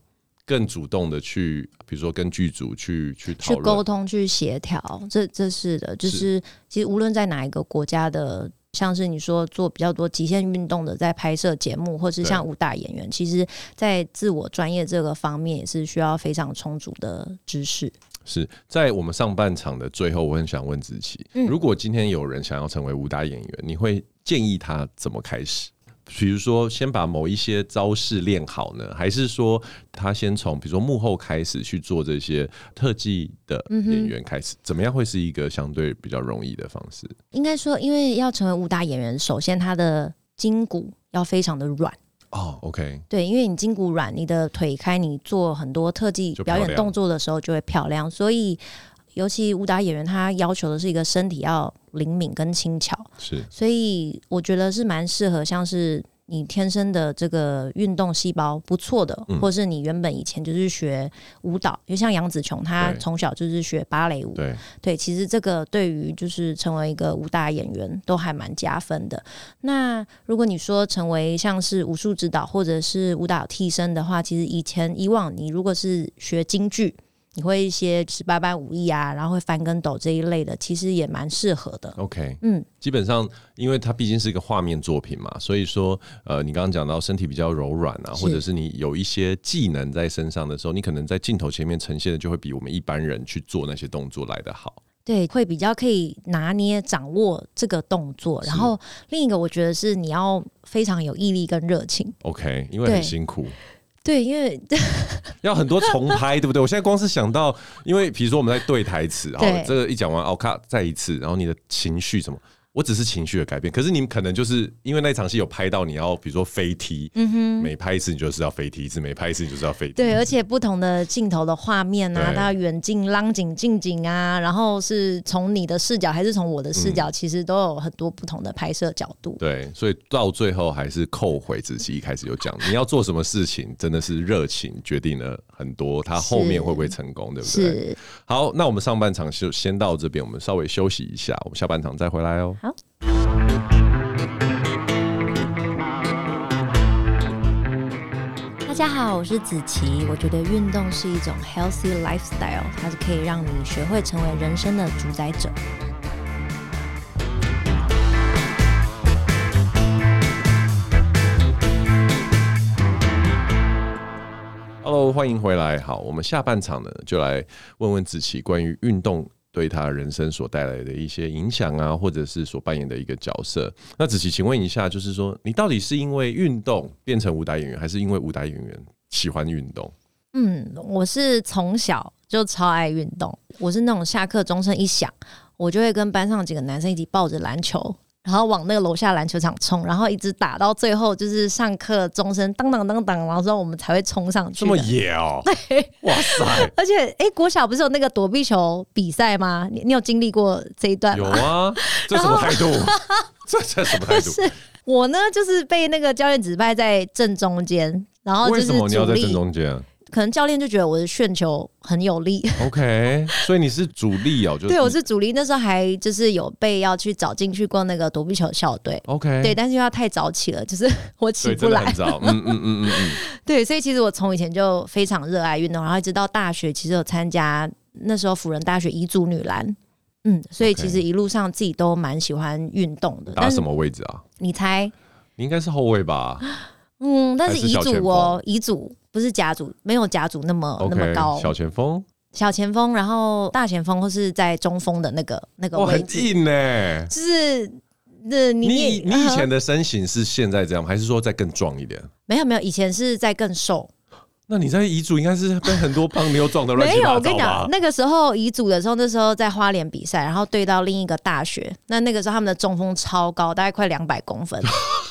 [SPEAKER 2] 更主动的去，比如说跟剧组去去讨
[SPEAKER 1] 去
[SPEAKER 2] 论
[SPEAKER 1] 沟通、去协调，这这是的，就是是其实无论在哪一个国家的，像是你说做比较多极限运动的，在拍摄节目，或是
[SPEAKER 2] 对
[SPEAKER 1] 像武打演员，其实在自我专业这个方面也是需要非常充足的知识。
[SPEAKER 2] 是在我们上半场的最后，我很想问子琪，
[SPEAKER 1] 嗯
[SPEAKER 2] 如果今天有人想要成为武打演员，你会建议他怎么开始？比如说先把某一些招式练好呢，还是说他先从比如说幕后开始去做这些特技的演员开始，怎么样会是一个相对比较容易的方式？
[SPEAKER 1] 应该说，因为要成为武打演员，首先他的筋骨要非常的软。
[SPEAKER 2] 哦，OK，
[SPEAKER 1] 对，因为你筋骨软，你的腿开，你做很多特技
[SPEAKER 2] 就
[SPEAKER 1] 表
[SPEAKER 2] 漂
[SPEAKER 1] 演
[SPEAKER 2] 亮
[SPEAKER 1] 动作的时候就会漂亮。所以，尤其武打演员，他要求的是一个身体要灵敏跟轻巧，
[SPEAKER 2] 是
[SPEAKER 1] 所以我觉得是蛮适合像是。你天生的这个运动细胞不错的，
[SPEAKER 2] 嗯
[SPEAKER 1] 或是你原本以前就是学舞蹈，就像杨紫琼，她
[SPEAKER 2] 对
[SPEAKER 1] 从小就是学芭蕾舞，
[SPEAKER 2] 对，
[SPEAKER 1] 对，其实这个对于就是成为一个武打演员都还蛮加分的。那如果你说成为像是武术指导或者是舞蹈替身的话，其实以前以往你如果是学京剧，你会一些十八般武艺啊，然后会翻跟斗这一类的，其实也蛮适合的。
[SPEAKER 2] OK，
[SPEAKER 1] 嗯，
[SPEAKER 2] 基本上，因为它毕竟是一个画面作品嘛，所以说，呃，你刚刚讲到身体比较柔软啊，
[SPEAKER 1] 是
[SPEAKER 2] 或者是你有一些技能在身上的时候，你可能在镜头前面呈现的就会比我们一般人去做那些动作来得好。
[SPEAKER 1] 对，会比较可以拿捏掌握这个动作。然后另一个我觉得是你要非常有毅力跟热情。
[SPEAKER 2] OK，因为
[SPEAKER 1] 对
[SPEAKER 2] 很辛苦，
[SPEAKER 1] 对，因为
[SPEAKER 2] 要很多重拍，对不对？我现在光是想到，因为比如说我们在对台词，好
[SPEAKER 1] 对，
[SPEAKER 2] 这个一讲完，哦咔，再一次，然后你的情绪什么。我只是情绪的改变，可是你们可能就是因为那场戏有拍到你要，比如说飞踢，
[SPEAKER 1] 嗯
[SPEAKER 2] 每拍一次你就是要飞踢一次，每拍一次你就是要飞踢。
[SPEAKER 1] 对，而且不同的镜头的画面啊，
[SPEAKER 2] 对
[SPEAKER 1] 它远近、浪景、近景啊，然后是从你的视角还是从我的视
[SPEAKER 2] 嗯
[SPEAKER 1] 角，其实都有很多不同的拍摄角度。
[SPEAKER 2] 对，所以到最后还是扣回自己一开始有讲，你要做什么事情，真的是热情决定了很多，它后面会不会成功，对不对？
[SPEAKER 1] 是，
[SPEAKER 2] 好，那我们上半场就先到这边，我们稍微休息一下，我们下半场再回来哦。
[SPEAKER 1] 好。大家好，我是子琪。我觉得运动是一种 healthy lifestyle，它是可以让你学会成为人生的主宰者。
[SPEAKER 2] Hello，欢迎回来。好，我们下半场呢，就来问问子琪关于运动对他人生所带来的一些影响啊，或者是所扮演的一个角色。那子琪，请问一下，就是说，你到底是因为运动变成武打演员，还是因为武打演员喜欢运动？
[SPEAKER 1] 嗯，我是从小就超爱运动，我是那种下课钟声一响，我就会跟班上几个男生一起抱着篮球，然后往那个楼下篮球场冲，然后一直打到最后，就是上课钟声当当当当，然后之后我们才会冲上去
[SPEAKER 2] 这么
[SPEAKER 1] 的。
[SPEAKER 2] 野 哦、哇塞！
[SPEAKER 1] 而且，哎、国小不是有那个躲避球比赛吗？你你有经历过这一段
[SPEAKER 2] 有
[SPEAKER 1] 吗？
[SPEAKER 2] 啊，这什么态度？ 这这什么态度？
[SPEAKER 1] 是我呢，就是被那个教练指派在正中间，然后就
[SPEAKER 2] 为
[SPEAKER 1] 是
[SPEAKER 2] 什么你要
[SPEAKER 1] 主
[SPEAKER 2] 在正
[SPEAKER 1] 力，
[SPEAKER 2] 中间
[SPEAKER 1] 可能教练就觉得我的旋球很有力，
[SPEAKER 2] ？OK，所以你是主力哦、就
[SPEAKER 1] 对，我是主力，那时候还就是有被要去找进去过那个躲避球校队。
[SPEAKER 2] OK，
[SPEAKER 1] 对，但是因为它太早起了，就是 我起
[SPEAKER 2] 哎对，
[SPEAKER 1] 不
[SPEAKER 2] 真的
[SPEAKER 1] 来
[SPEAKER 2] 很。早，嗯嗯嗯嗯嗯，
[SPEAKER 1] 对，所以其实我从以前就非常热爱运动，然后一直到大学，其实有参加那时候辅仁大学乙组女篮，嗯，所以
[SPEAKER 2] OK
[SPEAKER 1] 其实一路上自己都蛮喜欢运动的。
[SPEAKER 2] 打
[SPEAKER 1] 但是
[SPEAKER 2] 什么位置啊？
[SPEAKER 1] 你猜？
[SPEAKER 2] 你应该是后卫吧
[SPEAKER 1] 嗯，但
[SPEAKER 2] 还
[SPEAKER 1] 是
[SPEAKER 2] 是
[SPEAKER 1] 乙
[SPEAKER 2] 小前
[SPEAKER 1] 组哦，乙组不是甲组，没有甲组那么哦那么
[SPEAKER 2] ？OK，
[SPEAKER 1] 高，
[SPEAKER 2] 小前锋，
[SPEAKER 1] 小前锋，然后大前锋或是在中锋的那个那个
[SPEAKER 2] 哇，
[SPEAKER 1] 位
[SPEAKER 2] 哦很
[SPEAKER 1] 置，
[SPEAKER 2] 硬呢。
[SPEAKER 1] 就是那你
[SPEAKER 2] 你
[SPEAKER 1] 也嗯
[SPEAKER 2] 以你以前的身形是现在这样吗，还是说再更壮一点？
[SPEAKER 1] 没有没有，以前是在更瘦。
[SPEAKER 2] 那你在遗嘱应该是被很多胖妞撞的乱
[SPEAKER 1] 没
[SPEAKER 2] 七
[SPEAKER 1] 有，
[SPEAKER 2] 八
[SPEAKER 1] 我跟
[SPEAKER 2] 糟
[SPEAKER 1] 你讲
[SPEAKER 2] 吧，？
[SPEAKER 1] 那个时候乙组的时候，那时候在花莲比赛，然后对到另一个大学，那那个时候他们的中锋超高，大概快两百公 分，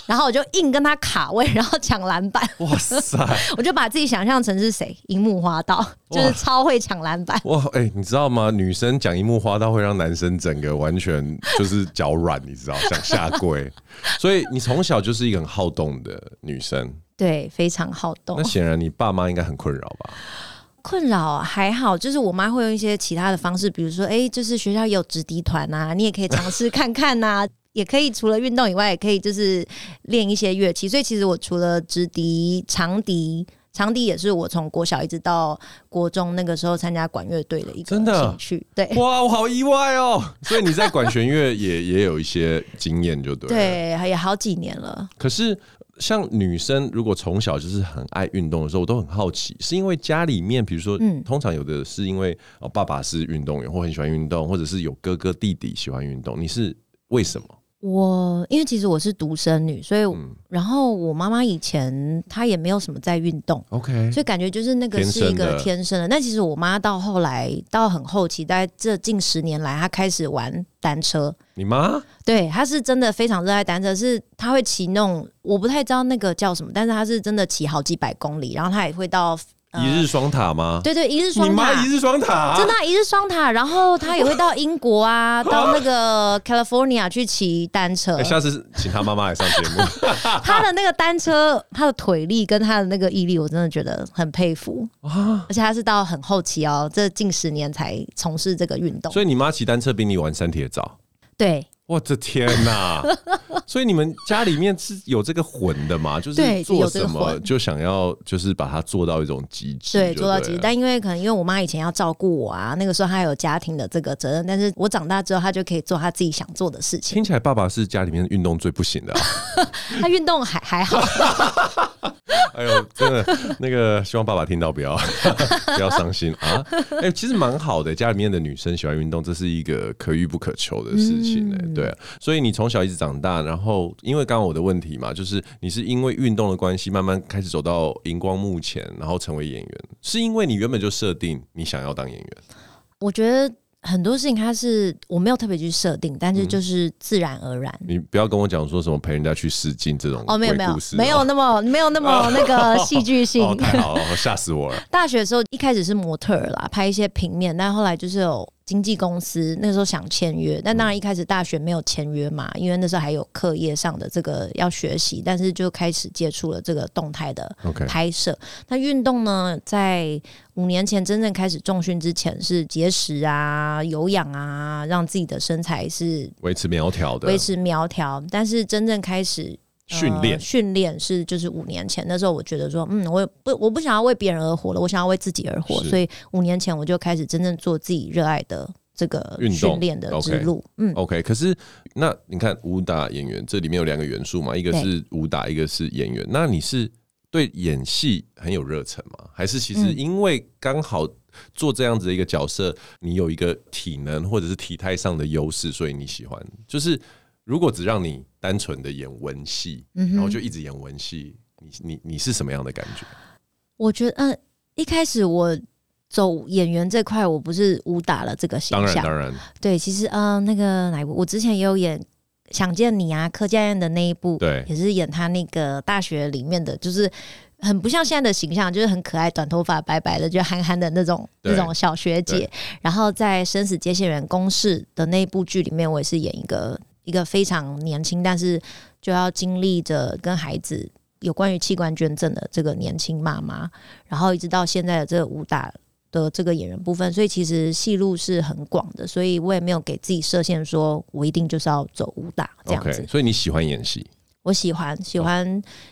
[SPEAKER 1] 然后我就硬跟他卡位，然后抢篮板，
[SPEAKER 2] 哇塞！
[SPEAKER 1] 我就把自己想象成是谁，樱木花道，就是超会抢篮板。
[SPEAKER 2] 哇，哎、你知道吗？女生讲樱木花道会让男生整个完全就是脚软，你知道，想下跪。所以你从小就是一个很好动的女生，
[SPEAKER 1] 对，非常好动
[SPEAKER 2] 那。显然你爸妈应该很困扰吧？
[SPEAKER 1] 困扰啊还好，就是我妈会用一些其他的方式，比如说，哎、就是学校也有直笛团啊，你也可以尝试看看呐、 也可以除了运动以外，也可以就是练一些乐器。所以其实我除了直笛、长笛，长笛也是我从国小一直到国中那个时候参加管乐队的一个
[SPEAKER 2] 真的啊
[SPEAKER 1] 兴趣。对
[SPEAKER 2] 哇，我好意外哦！所以你在管弦乐也也有一些经验，就对。。
[SPEAKER 1] 对，也好几年了。
[SPEAKER 2] 可是像女生如果从小就是很爱运动的时候，我都很好奇，是因为家里面，比如说，
[SPEAKER 1] 嗯
[SPEAKER 2] 通常有的是因为哦，爸爸是运动员或很喜欢运动，或者是有哥哥弟弟喜欢运动，你是为什么？
[SPEAKER 1] 我因为其实我是独生女，所以、
[SPEAKER 2] 嗯
[SPEAKER 1] 然后我妈妈以前她也没有什么在运动。
[SPEAKER 2] ，OK，
[SPEAKER 1] 所以感觉就是那个是一个
[SPEAKER 2] 天生的
[SPEAKER 1] 天生的。那其实我妈到后来到很后期，大概这近十年来，她开始玩单车。
[SPEAKER 2] 你妈
[SPEAKER 1] 对，她是真的非常热爱单车，是她会骑那种我不太知道那个叫什么，但是她是真的骑好几百公里，然后她也会到、呃
[SPEAKER 2] 一日双塔吗？
[SPEAKER 1] 对对一日
[SPEAKER 2] 你
[SPEAKER 1] 双塔
[SPEAKER 2] 妈一。日双塔，
[SPEAKER 1] 真的啊、一日双塔，然后她也会到英国 啊，到那个 California 去骑单车
[SPEAKER 2] 哎。下次请他妈妈来上 节目。
[SPEAKER 1] 她的那个单车，她的腿力跟她的那个毅力，我真的觉得很佩服。
[SPEAKER 2] 啊，
[SPEAKER 1] 而且他是到很后期哦，这近十年才从事这个运动。
[SPEAKER 2] 所以你妈骑单车比你玩山铁早。
[SPEAKER 1] 对
[SPEAKER 2] 我的天 呐！所以你们家里面是有这个混的嘛？就是
[SPEAKER 1] 对
[SPEAKER 2] 做
[SPEAKER 1] 有这
[SPEAKER 2] 什
[SPEAKER 1] 个
[SPEAKER 2] 么
[SPEAKER 1] 混
[SPEAKER 2] 就想要就是把它做到一种极致，
[SPEAKER 1] 对，
[SPEAKER 2] 就
[SPEAKER 1] 做到极
[SPEAKER 2] 对
[SPEAKER 1] 致。
[SPEAKER 2] 了
[SPEAKER 1] 但因为可能因为我妈以前要照顾我啊，那个时候她有家庭的这个责任，但是我长大之后，她就可以做她自己想做的事情。
[SPEAKER 2] 听起来爸爸是家里面运动最不行的啊、
[SPEAKER 1] 她运动还还 好，
[SPEAKER 2] 哎呦，真的，那个希望爸爸听到不要 不要伤心啊！哎、其实蛮好的，家里面的女生喜欢运动，这是一个可遇不可求的事情呢、对啊，所以你从小一直长大，然后因为刚刚我的问题嘛，就是你是因为运动的关系，慢慢开始走到荧光幕前，然后成为演员，是因为你原本就设定你想要当演员。
[SPEAKER 1] 我觉得。很多事情它是我没有特别去设定，但是就是自然而然。
[SPEAKER 2] 你不要跟我讲说什么陪人家去试镜这种
[SPEAKER 1] 哦，没有没
[SPEAKER 2] 鬼
[SPEAKER 1] 有
[SPEAKER 2] 故事哦
[SPEAKER 1] 没有那么没有那么那 个戏剧性。
[SPEAKER 2] 哦，太好了，吓死我了！
[SPEAKER 1] 大学的时候一开始是模特儿啦，拍一些平面，但后来就是有经纪公司，那时候想签约，但当然一开始大学没有签约嘛，因为那时候还有课业上的这个要学习，但是就开始接触了这个动态的
[SPEAKER 2] OK
[SPEAKER 1] 拍摄。那运动呢，在五年前真正开始重训之前是节食啊、有氧啊，让自己的身材是
[SPEAKER 2] 维持苗条的
[SPEAKER 1] 维持苗条，但是真正开始
[SPEAKER 2] 训
[SPEAKER 1] 呃
[SPEAKER 2] 练，
[SPEAKER 1] 训练是就是五年前，那时候我觉得说，嗯，我不我不想要为别人而活了，我想要为自己而活，
[SPEAKER 2] 是
[SPEAKER 1] 所以五年前我就开始真正做自己热爱的这个
[SPEAKER 2] 运动
[SPEAKER 1] 训练的之路。嗯，
[SPEAKER 2] OK，可哦是那你看武打演员这里面有两个元素嘛，一个
[SPEAKER 1] 对
[SPEAKER 2] 是武打，一个是演员。那你是对演戏很有热忱吗？还是其实
[SPEAKER 1] 嗯
[SPEAKER 2] 因为刚好做这样子的一个角色，你有一个体能或者是体态上的优势，所以你喜欢？就是如果只让你单纯的演文戏，
[SPEAKER 1] 嗯哼
[SPEAKER 2] 然后就一直演文戏，你你你是什么样的感觉？
[SPEAKER 1] 我觉得，嗯、一开始我走演员这块，我不是武打了这个形
[SPEAKER 2] 当然
[SPEAKER 1] 象，
[SPEAKER 2] 当然，
[SPEAKER 1] 对，其实嗯、呃那个哪一部，我之前也有演。想见你啊，柯佳燕的那一部，
[SPEAKER 2] 对
[SPEAKER 1] 也是演她那个大学里面的，就是很不像现在的形象，就是很可爱，短头发白白的，就憨憨的那种
[SPEAKER 2] 对
[SPEAKER 1] 那种小学姐
[SPEAKER 2] 对。
[SPEAKER 1] 然后在《生死接线员公式》的那部剧里面，我也是演一个一个非常年轻，但是就要经历着跟孩子有关于器官捐赠的这个年轻妈妈，然后一直到现在的这个武打的这个演员部分，所以其实戏路是很广的，所以我也没有给自己设限，说我一定就是要走武打这样子。
[SPEAKER 2] OK，所以你喜欢演戏。
[SPEAKER 1] 我喜欢喜欢，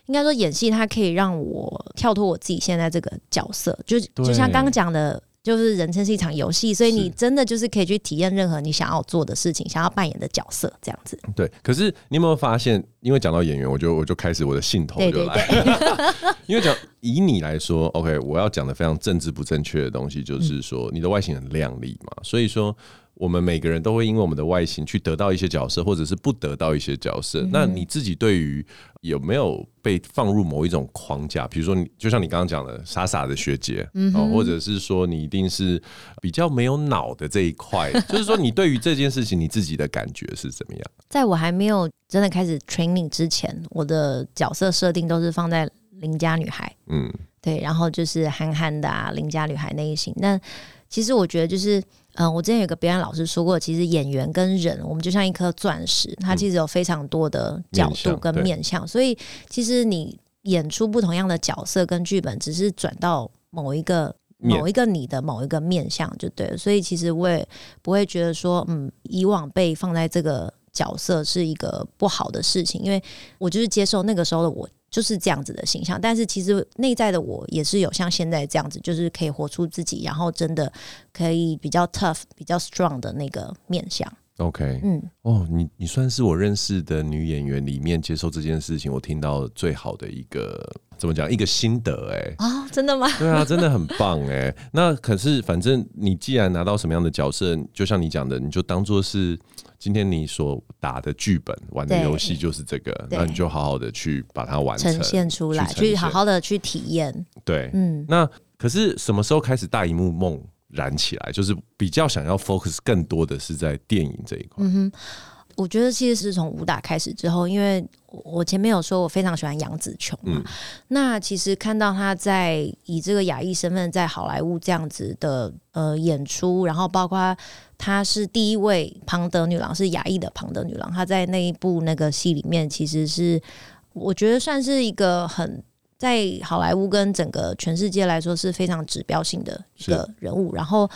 [SPEAKER 1] 应该说演戏它可以让我跳脱我自己现在这个角色，就
[SPEAKER 2] 对
[SPEAKER 1] 就像刚刚讲的。就是人生是一场游戏，所以你
[SPEAKER 2] 是
[SPEAKER 1] 真的就是可以去体验任何你想要做的事情，想要扮演的角色，这样子。
[SPEAKER 2] 对，可是你有没有发现，因为讲到演员，我就我就开始我的兴头
[SPEAKER 1] 对
[SPEAKER 2] 就
[SPEAKER 1] 对
[SPEAKER 2] 来， 因为讲以你来说，OK，我要讲的非常政治不正确的东西，
[SPEAKER 1] 嗯
[SPEAKER 2] 就是说你的外形很靓丽嘛，所以说我们每个人都会因为我们的外形去得到一些角色，或者是不得到一些角色。
[SPEAKER 1] 嗯
[SPEAKER 2] 那你自己对于有没有被放入某一种框架？比如说你，就像你刚刚讲的，傻傻的学姐，
[SPEAKER 1] 嗯
[SPEAKER 2] 哦，或者是说你一定是比较没有脑的这一块， 就是说你对于这件事情你自己的感觉是怎么样？
[SPEAKER 1] 在我还没有真的开始 training 之前，我的角色设定都是放在邻家女孩，
[SPEAKER 2] 嗯。
[SPEAKER 1] 对，然后就是憨憨的啊，邻家女孩那一型。那其实我觉得就是，嗯、我之前有个表演老师说过，其实演员跟人，我们就像一颗钻石，它其实有非常多的角
[SPEAKER 2] 嗯面
[SPEAKER 1] 度
[SPEAKER 2] 向
[SPEAKER 1] 跟
[SPEAKER 2] 对
[SPEAKER 1] 面向，所以其实你演出不同样的角色跟剧本，只是转到某一个。
[SPEAKER 2] 面
[SPEAKER 1] 某一个你的某一个面向就对了，所以其实我也不会觉得说，嗯，以往被放在这个角色是一个不好的事情，因为我就是接受那个时候的我就是这样子的形象，但是其实内在的我也是有像现在这样子，就是可以活出自己，然后真的可以比较 tough、比较 strong 的那个面相。
[SPEAKER 2] OK，
[SPEAKER 1] 嗯，
[SPEAKER 2] 哦，你你算是我认识的女演员里面接受这件事情，我听到最好的一个怎么讲一个心得哎、
[SPEAKER 1] 哦，真的吗？
[SPEAKER 2] 对啊，真的很棒哎、那可是，反正你既然拿到什么样的角色，就像你讲的，你就当做是今天你所打的剧本、玩的
[SPEAKER 1] 对
[SPEAKER 2] 游戏就是这个，
[SPEAKER 1] 对
[SPEAKER 2] 那你就好好的去把它完成、
[SPEAKER 1] 呈现出来，
[SPEAKER 2] 去呈
[SPEAKER 1] 去
[SPEAKER 2] 现
[SPEAKER 1] 好好的去体验。
[SPEAKER 2] 对。
[SPEAKER 1] 嗯，
[SPEAKER 2] 那可是什么时候开始大荧幕梦燃起来？就是比较想要 focus 更多的是在电影这一块。
[SPEAKER 1] 我觉得其实是从武打开始之后，因为我我前面有说我非常喜欢杨紫琼嘛，
[SPEAKER 2] 嗯
[SPEAKER 1] 那其实看到她在以这个亚裔身份在好莱坞这样子的呃演出，然后包括她是第一位庞德女郎，是亚裔的庞德女郎，她在那一部那个戏里面其实是我觉得算是一个很。在好莱坞跟整个全世界来说是非常指标性的一个人物，然后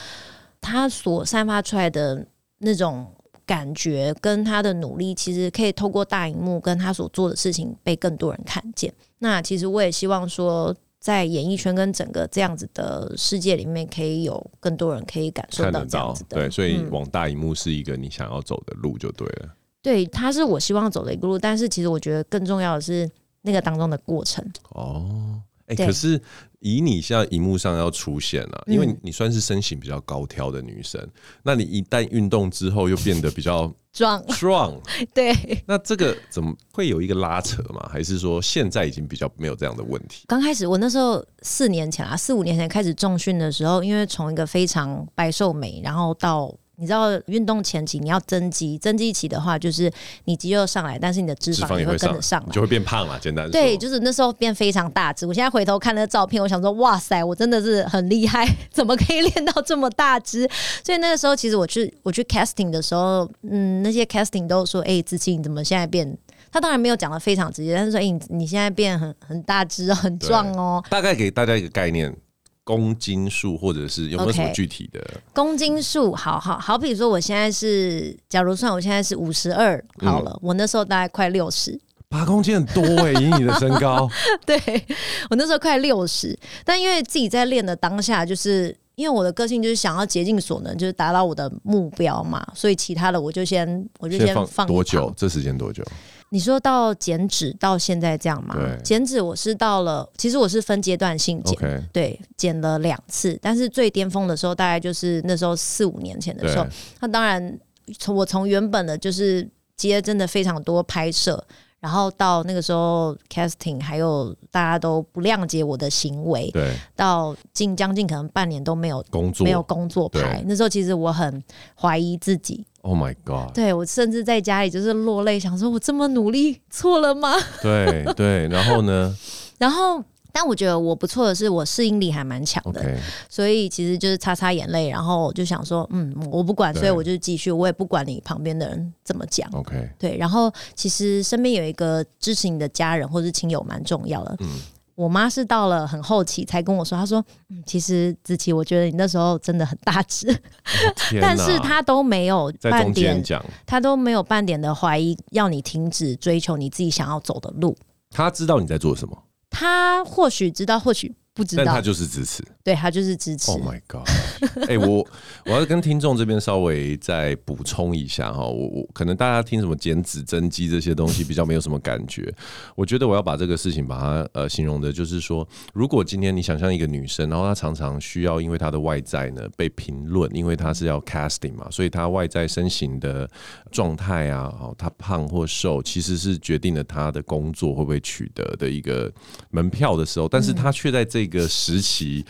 [SPEAKER 1] 她所散发出来的那种感觉跟他的努力，其实可以透过大荧幕跟他所做的事情被更多人看见。那其实我也希望说，在演艺圈跟整个这样子的世界里面，可以有更多人可以感受
[SPEAKER 2] 看
[SPEAKER 1] 到
[SPEAKER 2] 得
[SPEAKER 1] 这样
[SPEAKER 2] 到
[SPEAKER 1] 子，的。
[SPEAKER 2] 对，所以
[SPEAKER 1] 嗯
[SPEAKER 2] 往大荧幕是一个你想要走的路就对了。
[SPEAKER 1] 对，他是我希望走的一个路，但是其实我觉得更重要的是那个当中的过程。
[SPEAKER 2] 哦，哎、
[SPEAKER 1] 对
[SPEAKER 2] 可是以你现在荧幕上要出现啊，因为
[SPEAKER 1] 嗯
[SPEAKER 2] 你你算是身形比较高挑的女生，那你一旦运动之后又变得 比较
[SPEAKER 1] 壮，
[SPEAKER 2] strong，
[SPEAKER 1] 对，
[SPEAKER 2] 那这个怎么会有一个拉扯吗？还是说现在已经比较没有这样的问题？
[SPEAKER 1] 刚开始我那时候四年前啊，四五年前开始重训的时候，因为从一个非常白瘦美，然后到你知道运动前期你要增肌，增肌期的话就是你肌肉上来，但是你的脂
[SPEAKER 2] 脂
[SPEAKER 1] 肪
[SPEAKER 2] 肪
[SPEAKER 1] 也
[SPEAKER 2] 也
[SPEAKER 1] 会
[SPEAKER 2] 会
[SPEAKER 1] 跟
[SPEAKER 2] 上
[SPEAKER 1] 着上
[SPEAKER 2] 你
[SPEAKER 1] 来
[SPEAKER 2] 就。会变胖啊了。简单
[SPEAKER 1] 对，
[SPEAKER 2] 说
[SPEAKER 1] 就是那时候变非常大只。我现在回头看那个照片，我想说，哇塞，我真的是很厉害， 怎么可以练到这么大只？ 所以那个时候，其实我去我去 casting 的时候，嗯，那些 casting 都说，哎、子琪，你怎么现在变？他当然没有讲的非常直接，但是说，哎、你你现在变很很大只哦，很
[SPEAKER 2] 对
[SPEAKER 1] 壮哦，
[SPEAKER 2] 大概给大家一个概念。公斤数，或者是有没有什么
[SPEAKER 1] OK
[SPEAKER 2] 具体的
[SPEAKER 1] 公斤数，好好好比说，我现在是，假如算我现在是五十二好了，我那时候大概快六十，
[SPEAKER 2] 八公斤很多哎、以你的身高，
[SPEAKER 1] 对我那时候快六十，但因为自己在练的当下，就是因为我的个性就是想要竭尽所能，就是达到我的目标嘛，所以其他的我就先我就先放一旁
[SPEAKER 2] 多久？这时间多久？
[SPEAKER 1] 你说到减脂到现在这样吗
[SPEAKER 2] 对？
[SPEAKER 1] 减脂我是到了，其实我是分阶段性减
[SPEAKER 2] OK
[SPEAKER 1] 对，减了两次，但是最巅峰的时候大概就是那时候四五年前的时候
[SPEAKER 2] 对。
[SPEAKER 1] 那当然，从我从原本的就是接真的非常多拍摄，然后到那个时候 casting，还有大家都不谅解我的行为，
[SPEAKER 2] 对，
[SPEAKER 1] 到近将近可能半年都没有
[SPEAKER 2] 工作
[SPEAKER 1] 没有工作拍
[SPEAKER 2] 对。
[SPEAKER 1] 那时候其实我很怀疑自己，
[SPEAKER 2] Oh my god！
[SPEAKER 1] 对我甚至在家里就是落泪，想说我这么努力错了吗？
[SPEAKER 2] 对对，然后呢
[SPEAKER 1] 然后。但我觉得我不错的是，我适应力还蛮强的
[SPEAKER 2] ？OK，
[SPEAKER 1] 所以其实就是擦擦眼泪，然后我就想说，嗯，我不管，
[SPEAKER 2] 对
[SPEAKER 1] 所以我就继续，我也不管你旁边的人怎么讲。
[SPEAKER 2] OK，
[SPEAKER 1] 对，然后其实身边有一个支持你的家人或是亲友蛮重要的。
[SPEAKER 2] 嗯
[SPEAKER 1] 我妈是到了很后期才跟我说，她说：“嗯，其实子琪，我觉得你那时候真的很大只，
[SPEAKER 2] 天
[SPEAKER 1] 但是
[SPEAKER 2] 哪
[SPEAKER 1] 她都没有
[SPEAKER 2] 在
[SPEAKER 1] 半
[SPEAKER 2] 中间
[SPEAKER 1] 点，
[SPEAKER 2] 讲，
[SPEAKER 1] 她都没有半点的怀疑，要你停止追求你自己想要走的路。
[SPEAKER 2] 他知道你在做什么，
[SPEAKER 1] 她或许知道，或许不知
[SPEAKER 2] 但他
[SPEAKER 1] 道，
[SPEAKER 2] 就是支持。
[SPEAKER 1] 对她就是支持。
[SPEAKER 2] Oh my god！哎、 我我要跟听众这边稍微再补充一下哈，我我可能大家听什么减脂增肌这些东西比较没有什么感觉，我觉得我要把这个事情把它呃形容的，就是说，如果今天你想象一个女生，然后她常常需要因为她的外在呢被评论，因为她是要 casting 嘛，所以她外在身形的状态啊，哦，她胖或瘦，其实是决定了她的工作会不会取得的一个门票的时候，但是她却在这个时期。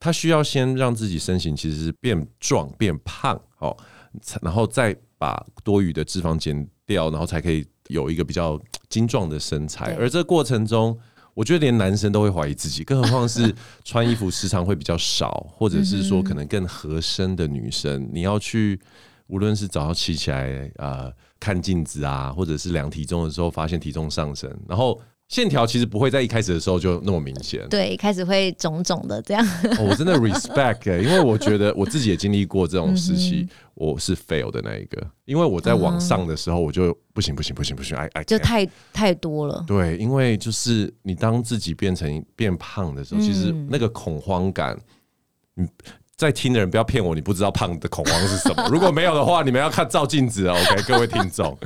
[SPEAKER 2] 他需要先让自己身形其实是变壮变胖哦，才然后再把多余的脂肪减掉，然后才可以有一个比较精壮的身材。
[SPEAKER 1] 对
[SPEAKER 2] 而这过程中，我觉得连男生都会怀疑自己，更何况是穿衣服时常会比较少，或者是说可能更合身的女生，你要去无论是早上起起来呃看镜子啊，或者是量体重的时候发现体重上升，然后线条其实不会在一开始的时候就那么明显。
[SPEAKER 1] 对，开始会肿肿的这样。
[SPEAKER 2] 哦我真的 respect，、欸、因为我觉得我自己也经历过这种时
[SPEAKER 1] 嗯
[SPEAKER 2] 期，我是 fail 的那一个，因为我在往上的时候，我就不行不行不行不行，哎哎，
[SPEAKER 1] 哦就
[SPEAKER 2] can't
[SPEAKER 1] 太太多了。
[SPEAKER 2] 对，因为就是你当自己变成变胖的时候，其实
[SPEAKER 1] 嗯
[SPEAKER 2] 那个恐慌感，嗯，在听的人不要骗我，你不知道胖的恐慌是什么。如果没有的话，你们要看照镜子啊，OK，各位听众。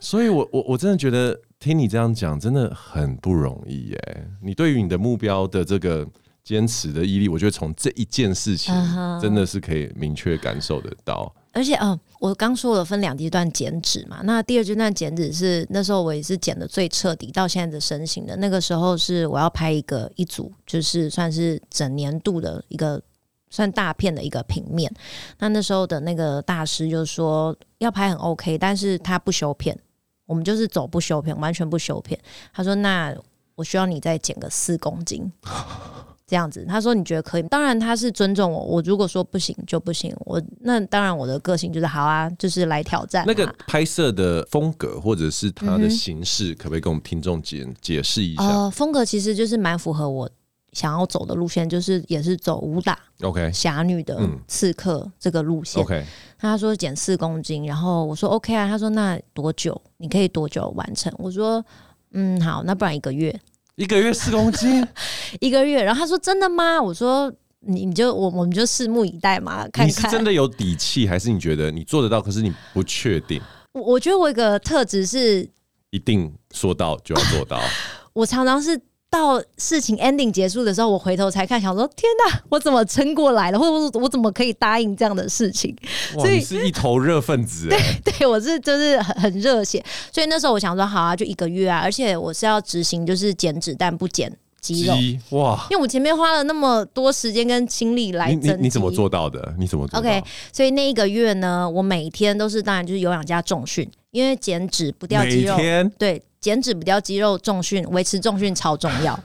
[SPEAKER 2] 所以我我我真的觉得听你这样讲真的很不容易耶、你对于你的目标的这个坚持的毅力，我觉得从这一件事情
[SPEAKER 1] 嗯哼
[SPEAKER 2] 真的是可以明确感受得到。
[SPEAKER 1] 而且呃，我刚说了分两阶段减脂嘛，那第二阶段减脂是那时候我也是减的最彻底，到现在的身形的。那个时候是我要拍一个一组，就是算是整年度的一个算大片的一个平面。那那时候的那个大师就说要拍很 OK，但是他不修片，我们就是走不修片，完全不修片。他说那我需要你再减个四公斤。 这样子，他说你觉得可以？当然他是尊重我，我如果说不行就不行，我那当然我的个性就是好啊，就是来挑战、啊。
[SPEAKER 2] 那个拍摄的风格或者是它的
[SPEAKER 1] 嗯哼
[SPEAKER 2] 形式，可不可以跟我们听众解解释一下
[SPEAKER 1] 呃风格其实就是蛮符合我想要走的路线，就是也是走武打
[SPEAKER 2] ？OK
[SPEAKER 1] 侠女的
[SPEAKER 2] 嗯
[SPEAKER 1] 刺客这个路线。
[SPEAKER 2] OK，
[SPEAKER 1] 他说减四公斤，然后我说 OK 啊，他说那多久？你可以多久完成？我说嗯好，那不然一个月，
[SPEAKER 2] 一个月四公 斤，
[SPEAKER 1] 一个月。然后他说真的吗？我说你你就我我们就拭目以待嘛，看
[SPEAKER 2] 你是
[SPEAKER 1] 看。
[SPEAKER 2] 真的有底气，还是你觉得你做得到，可是你不确定，
[SPEAKER 1] 我我觉得我有一个特质是，
[SPEAKER 2] 一定说到就要 做到？
[SPEAKER 1] 我常常是。到事情 ending 结束的时候，我回头才看，想说天哪，我怎么撑过来了，或者我我怎么可以答应这样的事情？
[SPEAKER 2] 哇，
[SPEAKER 1] 所以
[SPEAKER 2] 你是一头热分子欸，
[SPEAKER 1] 对我是就是很很热血，所以那时候我想说，好啊，就一个月啊，而且我是要执行就是减脂但不减肌肉，
[SPEAKER 2] 鸡哇！
[SPEAKER 1] 因为我前面花了那么多时间跟精力来
[SPEAKER 2] 你你
[SPEAKER 1] 增肌。
[SPEAKER 2] 你怎么做到的？你怎么做到
[SPEAKER 1] OK，所以那一个月呢，我每天都是当然就是有氧加重训，因为减脂不掉肌
[SPEAKER 2] 每
[SPEAKER 1] 肉，
[SPEAKER 2] 天
[SPEAKER 1] 对，减脂不掉肌肉重训，维持重训超重要。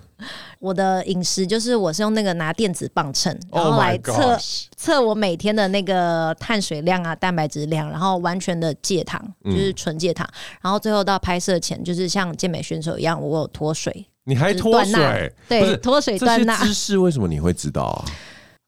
[SPEAKER 1] 我的饮食就是我是用那个拿电子磅秤，然
[SPEAKER 2] Oh
[SPEAKER 1] 后
[SPEAKER 2] my
[SPEAKER 1] 来测
[SPEAKER 2] gosh
[SPEAKER 1] 测我每天的那个碳水量啊、蛋白质量，然后完全的戒糖，
[SPEAKER 2] 嗯
[SPEAKER 1] 就是纯戒糖。然后最后到拍摄前，就是像健美选手一样，我有脱水，
[SPEAKER 2] 你还
[SPEAKER 1] 就是
[SPEAKER 2] 脱
[SPEAKER 1] 断钠
[SPEAKER 2] 水？不
[SPEAKER 1] 对，
[SPEAKER 2] 是
[SPEAKER 1] 脱水
[SPEAKER 2] 这
[SPEAKER 1] 断
[SPEAKER 2] 些
[SPEAKER 1] 钠。呃
[SPEAKER 2] 知识为什么你会知道啊？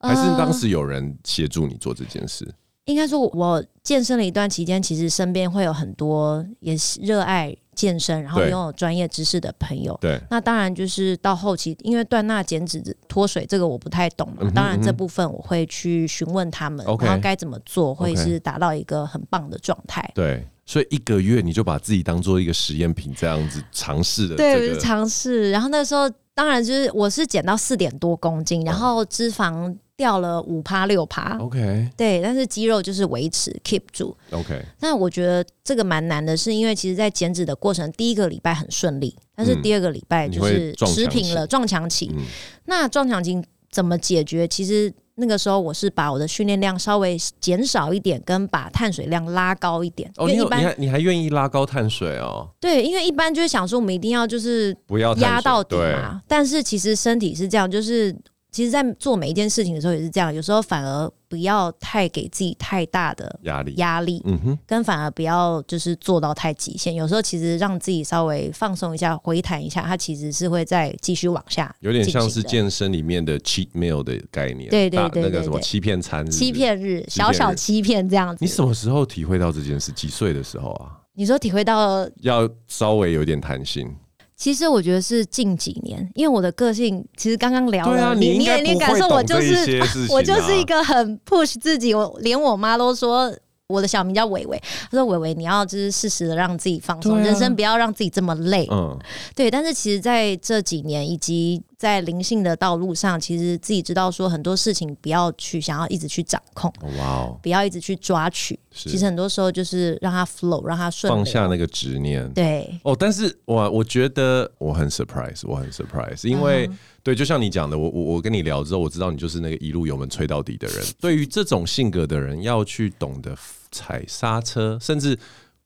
[SPEAKER 2] 还是
[SPEAKER 1] 嗯
[SPEAKER 2] 当时有人协助你做这件事？
[SPEAKER 1] 应该说，我健身了一段期间，其实身边会有很多也是热爱健身，然后
[SPEAKER 2] 对
[SPEAKER 1] 拥有专业知识的朋友。
[SPEAKER 2] 对，
[SPEAKER 1] 那当然就是到后期，因为断钠、减脂、脱水这个我不太懂嘛，
[SPEAKER 2] 嗯哼
[SPEAKER 1] 当然这
[SPEAKER 2] 嗯哼
[SPEAKER 1] 部分我会去询问他们，
[SPEAKER 2] OK
[SPEAKER 1] 然后该怎么做会
[SPEAKER 2] OK
[SPEAKER 1] 是达到一个很棒的状态。
[SPEAKER 2] 对，所以一个月你就把自己当做一个实验品这样子尝试的
[SPEAKER 1] 对，
[SPEAKER 2] 这
[SPEAKER 1] 我就
[SPEAKER 2] 个
[SPEAKER 1] 尝试。然后那时候当然就是我是减到四点多公斤，然
[SPEAKER 2] 哦
[SPEAKER 1] 后脂肪掉了五趴六趴，
[SPEAKER 2] OK
[SPEAKER 1] 对，但是肌肉就是维持 keep 住。
[SPEAKER 2] OK
[SPEAKER 1] 那我觉得这个蛮难的，是因为其实，在减脂的过程，第一个礼拜很顺利，但是
[SPEAKER 2] 嗯
[SPEAKER 1] 第二个礼拜
[SPEAKER 2] 你
[SPEAKER 1] 就
[SPEAKER 2] 会
[SPEAKER 1] 是
[SPEAKER 2] 撞
[SPEAKER 1] 持
[SPEAKER 2] 墙
[SPEAKER 1] 平
[SPEAKER 2] 期
[SPEAKER 1] 了，撞墙期。
[SPEAKER 2] 嗯
[SPEAKER 1] 那撞墙期怎么解决？其实那个时候我是把我的训练量稍微减少一点，跟把碳水量拉高一点。
[SPEAKER 2] 哦，
[SPEAKER 1] 因为一
[SPEAKER 2] 你有你
[SPEAKER 1] 般
[SPEAKER 2] 还你还愿意拉高碳水哦，
[SPEAKER 1] 对，因为一般就是想说我们一定要就是
[SPEAKER 2] 不哦要碳水
[SPEAKER 1] 压到底
[SPEAKER 2] 对
[SPEAKER 1] 嘛。但是其实身体是这样，就是其实，在做每一件事情的时候也是这样，有时候反而不要太给自己太大的
[SPEAKER 2] 压力
[SPEAKER 1] 压力，
[SPEAKER 2] 嗯哼，
[SPEAKER 1] 跟反而不要就是做到太极限。有时候其实让自己稍微放松一下，回弹一下，它其实是会再继续往下进行的，
[SPEAKER 2] 有点像是健身里面的 cheat meal 的概念，
[SPEAKER 1] 对对
[SPEAKER 2] 打
[SPEAKER 1] 对
[SPEAKER 2] 那个
[SPEAKER 1] 对
[SPEAKER 2] 什么
[SPEAKER 1] 对
[SPEAKER 2] 欺骗餐，
[SPEAKER 1] 欺。骗日，
[SPEAKER 2] 欺骗
[SPEAKER 1] 小
[SPEAKER 2] 日
[SPEAKER 1] 小欺骗这样子。
[SPEAKER 2] 你什么时候体会到这件事？几岁的时候啊？
[SPEAKER 1] 你说体会到？
[SPEAKER 2] 要稍微有点弹性。
[SPEAKER 1] 其实我觉得是近几年，因为我的个性其实刚刚聊
[SPEAKER 2] 对
[SPEAKER 1] 了，
[SPEAKER 2] 啊
[SPEAKER 1] 你
[SPEAKER 2] 你应
[SPEAKER 1] 你也
[SPEAKER 2] 该
[SPEAKER 1] 你也
[SPEAKER 2] 不
[SPEAKER 1] 感
[SPEAKER 2] 会
[SPEAKER 1] 受
[SPEAKER 2] 懂
[SPEAKER 1] 我就
[SPEAKER 2] 这一
[SPEAKER 1] 是
[SPEAKER 2] 些事 情
[SPEAKER 1] 我就是
[SPEAKER 2] 啊
[SPEAKER 1] 一个很 push 自己，我连我妈都说。我的小名叫伟伟，她说：“伟伟，你要就是适时的让自己放松，
[SPEAKER 2] 对啊
[SPEAKER 1] 人生不要让自己这么累。
[SPEAKER 2] 嗯，
[SPEAKER 1] 对，但是其实在这几年以及在灵性的道路上，其实自己知道说很多事情不要去想要一直去掌控，
[SPEAKER 2] 哇哦，
[SPEAKER 1] 不要一直去抓取。
[SPEAKER 2] 是
[SPEAKER 1] 其实很多时候就是让它 flow，让它顺流
[SPEAKER 2] 放下那个执念。
[SPEAKER 1] 对，
[SPEAKER 2] 哦，但是我我觉得我很 surprise，我很 surprise，因为、
[SPEAKER 1] 嗯
[SPEAKER 2] 对，就像你讲的，我我我跟你聊之后，我知道你就是那个一路油门吹到底的人。对于这种性格的人，要去懂得踩刹车，甚至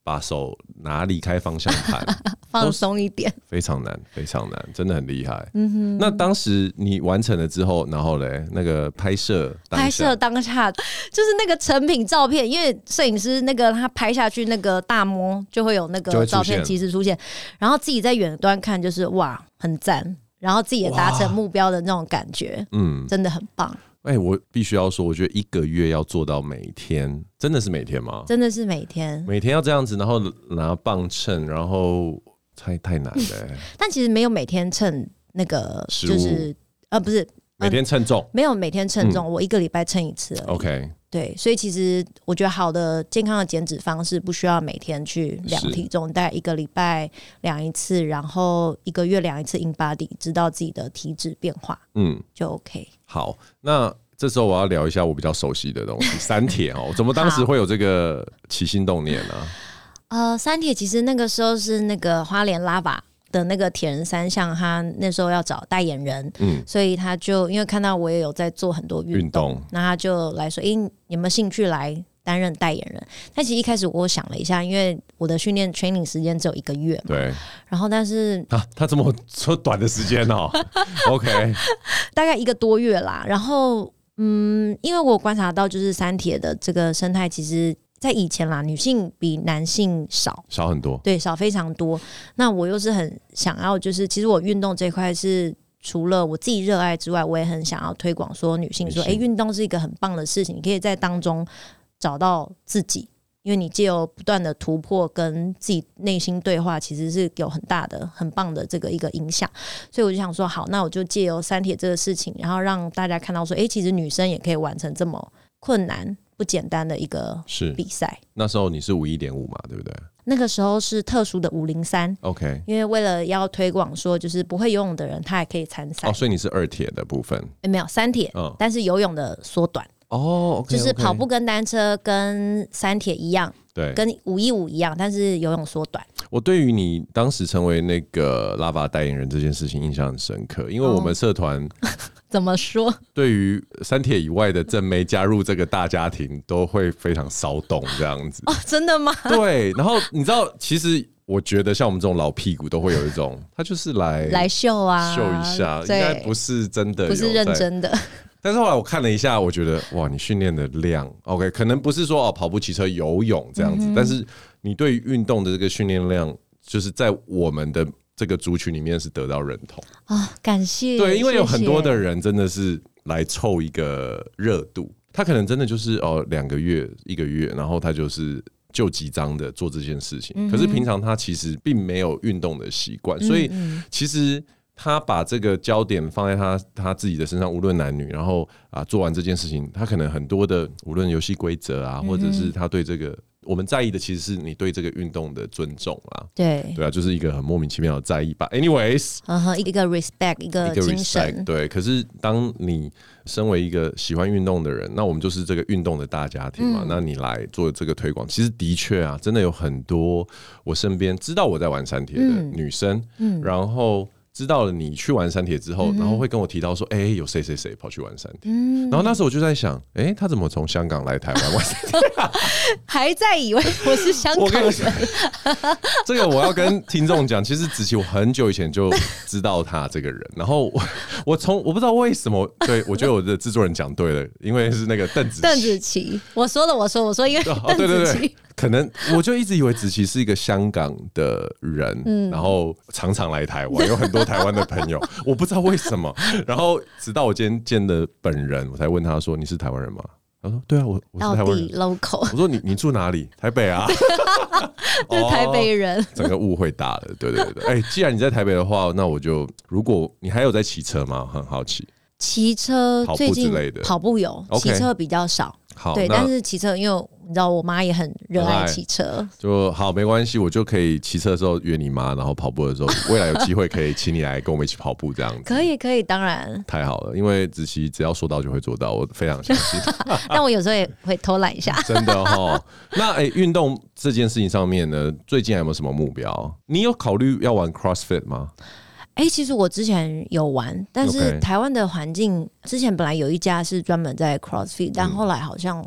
[SPEAKER 2] 把手拿离开方向 盘，
[SPEAKER 1] 放松一点。
[SPEAKER 2] 非常难，非常难，真的很厉害。嗯哼。那当时你完成了之后，然后嘞，那个拍摄当下
[SPEAKER 1] 拍摄当下就是那个成品照片，因为摄影师那个他拍下去那个大模就会有那
[SPEAKER 2] 就
[SPEAKER 1] 个
[SPEAKER 2] 会出
[SPEAKER 1] 照
[SPEAKER 2] 现
[SPEAKER 1] 片及时出现，然后自己在远端看就是哇很赞，然后自己也达成目标的那种感觉，
[SPEAKER 2] 嗯，
[SPEAKER 1] 真的很棒，
[SPEAKER 2] 哎、我必须要说，我觉得一个月要做到每天，真的是每天吗？
[SPEAKER 1] 真的是每天。
[SPEAKER 2] 每天要这样子，然后拿磅秤，然后 太太难了、欸。
[SPEAKER 1] 但其实没有每天称那个
[SPEAKER 2] 食
[SPEAKER 1] 就是呃不是
[SPEAKER 2] 每天称重。
[SPEAKER 1] 没有每天称
[SPEAKER 2] 嗯
[SPEAKER 1] 重，我一个礼拜称一次而已。
[SPEAKER 2] OK，
[SPEAKER 1] 对，所以其实我觉得好的健康的减脂方式不需要每天去量
[SPEAKER 2] 是
[SPEAKER 1] 体重，大概一个礼拜量一次，然后一个月量一次 in body，知道自己的体脂变化
[SPEAKER 2] 嗯，
[SPEAKER 1] 就 OK。
[SPEAKER 2] 好，那这时候我要聊一下我比较熟悉的东西，三铁 哦，怎么当时
[SPEAKER 1] 好
[SPEAKER 2] 会有这个起心动念啊呢、
[SPEAKER 1] 呃，三铁其实那个时候是那个花莲拉瓦的那个铁人三项，他那时候要找代言人，
[SPEAKER 2] 嗯，
[SPEAKER 1] 所以他就因为看到我也有在做很多运动，
[SPEAKER 2] 运动，
[SPEAKER 1] 那他就来说：“诶、你有没有兴趣来担任代言人？”但其实一开始我想了一下，因为我的训练 training 时间只有一个月嘛，
[SPEAKER 2] 对
[SPEAKER 1] 然后但是
[SPEAKER 2] 啊，他这么说短的时间 哦，OK，
[SPEAKER 1] 大概一个多月啦，然后嗯，因为我有观察到就是三铁的这个生态，其实在以前啦，女性比男性少。
[SPEAKER 2] 少很多，
[SPEAKER 1] 对，少非常多。那我又是很想要，就是其实我运动这块是除了我自己热爱之外，我也很想要推广说女性说，
[SPEAKER 2] 女
[SPEAKER 1] 诶，
[SPEAKER 2] 性
[SPEAKER 1] 运动是一个很棒的事情，你可以在当中找到自己，因为你借由不断的突破跟自己内心对话，其实是有很大的、很棒的这个一个影响。所以我就想说，好，那我就借由三铁这个事情，然后让大家看到说，诶，其实女生也可以完成这么困难、不简单的一个
[SPEAKER 2] 是
[SPEAKER 1] 比赛。
[SPEAKER 2] 那时候你是五一点五嘛，对不对
[SPEAKER 1] 那个时候是特殊的五零三，
[SPEAKER 2] ？OK，
[SPEAKER 1] 因为为了要推广说，就是不会游泳的人他也可以参赛、哎
[SPEAKER 2] 哦，所以你是二铁的部分
[SPEAKER 1] 诶没有三铁，
[SPEAKER 2] 嗯
[SPEAKER 1] 但是游泳的缩短
[SPEAKER 2] 哦
[SPEAKER 1] 就
[SPEAKER 2] ，OK，
[SPEAKER 1] 是跑
[SPEAKER 2] OK
[SPEAKER 1] 步跟单车跟三铁一样，
[SPEAKER 2] 对，
[SPEAKER 1] 跟五一五一样，但是游泳缩短。
[SPEAKER 2] 我对于你当时成为那个拉法代言人这件事情印象很深刻，因为我
[SPEAKER 1] 哦
[SPEAKER 2] 们 社团
[SPEAKER 1] 怎么说？
[SPEAKER 2] 对于三铁以外的正妹加入这个大家庭都会非常骚动这样子。
[SPEAKER 1] 哦， 真的吗？
[SPEAKER 2] 对，然后你知道，其实我觉得像我们这种老屁股都会有一种，他就是来
[SPEAKER 1] 来秀啊，
[SPEAKER 2] 秀一下，应
[SPEAKER 1] 对，
[SPEAKER 2] 该不是真的，
[SPEAKER 1] 不是认。真的，
[SPEAKER 2] 但是后来我看了一下，我觉得哇，你训练的量，OK，可能不是说哦跑步、骑车、游泳这样子，但是你对于运动的这个训练量，就是在我们的这个族群里面是得到认同。
[SPEAKER 1] 哦，感谢。
[SPEAKER 2] 对，因为有很多的
[SPEAKER 1] 谢谢
[SPEAKER 2] 人真的是来凑一个热度，他可能真的就是哦两个月、一个月，然后他就是。就几张的做这件事情，
[SPEAKER 1] 嗯
[SPEAKER 2] 可是平常他其实并没有运动的习惯，所以
[SPEAKER 1] 嗯
[SPEAKER 2] 其实他把这个焦点放在他他自己的身上，无论男女，然后啊做完这件事情，他可能很多的无论游戏规则
[SPEAKER 1] 嗯
[SPEAKER 2] 啊，或者是他对这个我们在意的，其实是你对这个运动的尊重啊，
[SPEAKER 1] 对，
[SPEAKER 2] 对啊，就是一个很莫名其妙的在意吧。Anyways，
[SPEAKER 1] 嗯哼，一个 respect，一
[SPEAKER 2] 一
[SPEAKER 1] 个
[SPEAKER 2] 个
[SPEAKER 1] 精
[SPEAKER 2] respect，
[SPEAKER 1] 神，
[SPEAKER 2] 对。可是当你身为一个喜欢运动的人，那我们就是这个运动的大家庭
[SPEAKER 1] 嗯
[SPEAKER 2] 嘛。那你来做这个推广，其实的确啊，真的有很多我身边知道我在玩山铁的
[SPEAKER 1] 嗯
[SPEAKER 2] 女生，然后。知道了你去玩山铁之
[SPEAKER 1] 嗯
[SPEAKER 2] 后，然后会跟我提到说，哎、有谁谁谁跑去玩山铁，然后那时候我就在想，哎、他怎么从香港来台湾玩山铁？
[SPEAKER 1] 还在以为 我是香
[SPEAKER 2] 我
[SPEAKER 1] 港
[SPEAKER 2] 跟你
[SPEAKER 1] 人，
[SPEAKER 2] 讲， 这个我要跟听众讲，其实子琪我很久以前就知道他这个人，然后我我从我不知道为什么，对我觉得我的制作人讲对了，因为是那个邓紫
[SPEAKER 1] 邓
[SPEAKER 2] 棋
[SPEAKER 1] 紫棋，我说了，我说，我说，因为
[SPEAKER 2] 哦，
[SPEAKER 1] 邓
[SPEAKER 2] 对对
[SPEAKER 1] 紫
[SPEAKER 2] 对
[SPEAKER 1] 棋，，
[SPEAKER 2] 可能我就一直以为子琪是一个香港的人，
[SPEAKER 1] 嗯
[SPEAKER 2] 然后常常来台湾，有很多台湾的朋友，我不知道为什么。然后直到我今天见的本人，我才问他说：“你是台湾人吗？”他说：“对啊，我我是
[SPEAKER 1] 到
[SPEAKER 2] 台湾人哦
[SPEAKER 1] 底。local
[SPEAKER 2] 我说你你住哪里？台北啊，哦
[SPEAKER 1] 是台北人，
[SPEAKER 2] 整个误会大了。对对 对，哎、既然你在台北的话，那我就如果你还有在骑车吗？很好奇。
[SPEAKER 1] 骑车
[SPEAKER 2] 跑步
[SPEAKER 1] 最
[SPEAKER 2] 之
[SPEAKER 1] 近
[SPEAKER 2] 类的
[SPEAKER 1] 跑步有，
[SPEAKER 2] OK
[SPEAKER 1] 骑车比较少。
[SPEAKER 2] 好，
[SPEAKER 1] 对，但
[SPEAKER 2] 那
[SPEAKER 1] 是骑车，因为你知道我妈也很热
[SPEAKER 2] 很爱
[SPEAKER 1] 爱骑车，
[SPEAKER 2] 就好，没关系，我就可以骑车的时候约你妈，然后跑步的时候，未来有机会可以请你来跟我们一起跑步这样子。
[SPEAKER 1] 可以可以，当然。
[SPEAKER 2] 太好了，因为子琪只要说到就会做到，我非常相 信，
[SPEAKER 1] 但我有时候也会偷懒一下。
[SPEAKER 2] 真的哈。那哎，运、动这件事情上面呢，最近还有没有什么目标？你有考虑要玩 CrossFit 吗？
[SPEAKER 1] 哎、其实我之前有玩，但是
[SPEAKER 2] OK
[SPEAKER 1] 台湾的环境之前本来有一家是专门在 CrossFit，但
[SPEAKER 2] 嗯
[SPEAKER 1] 后来好像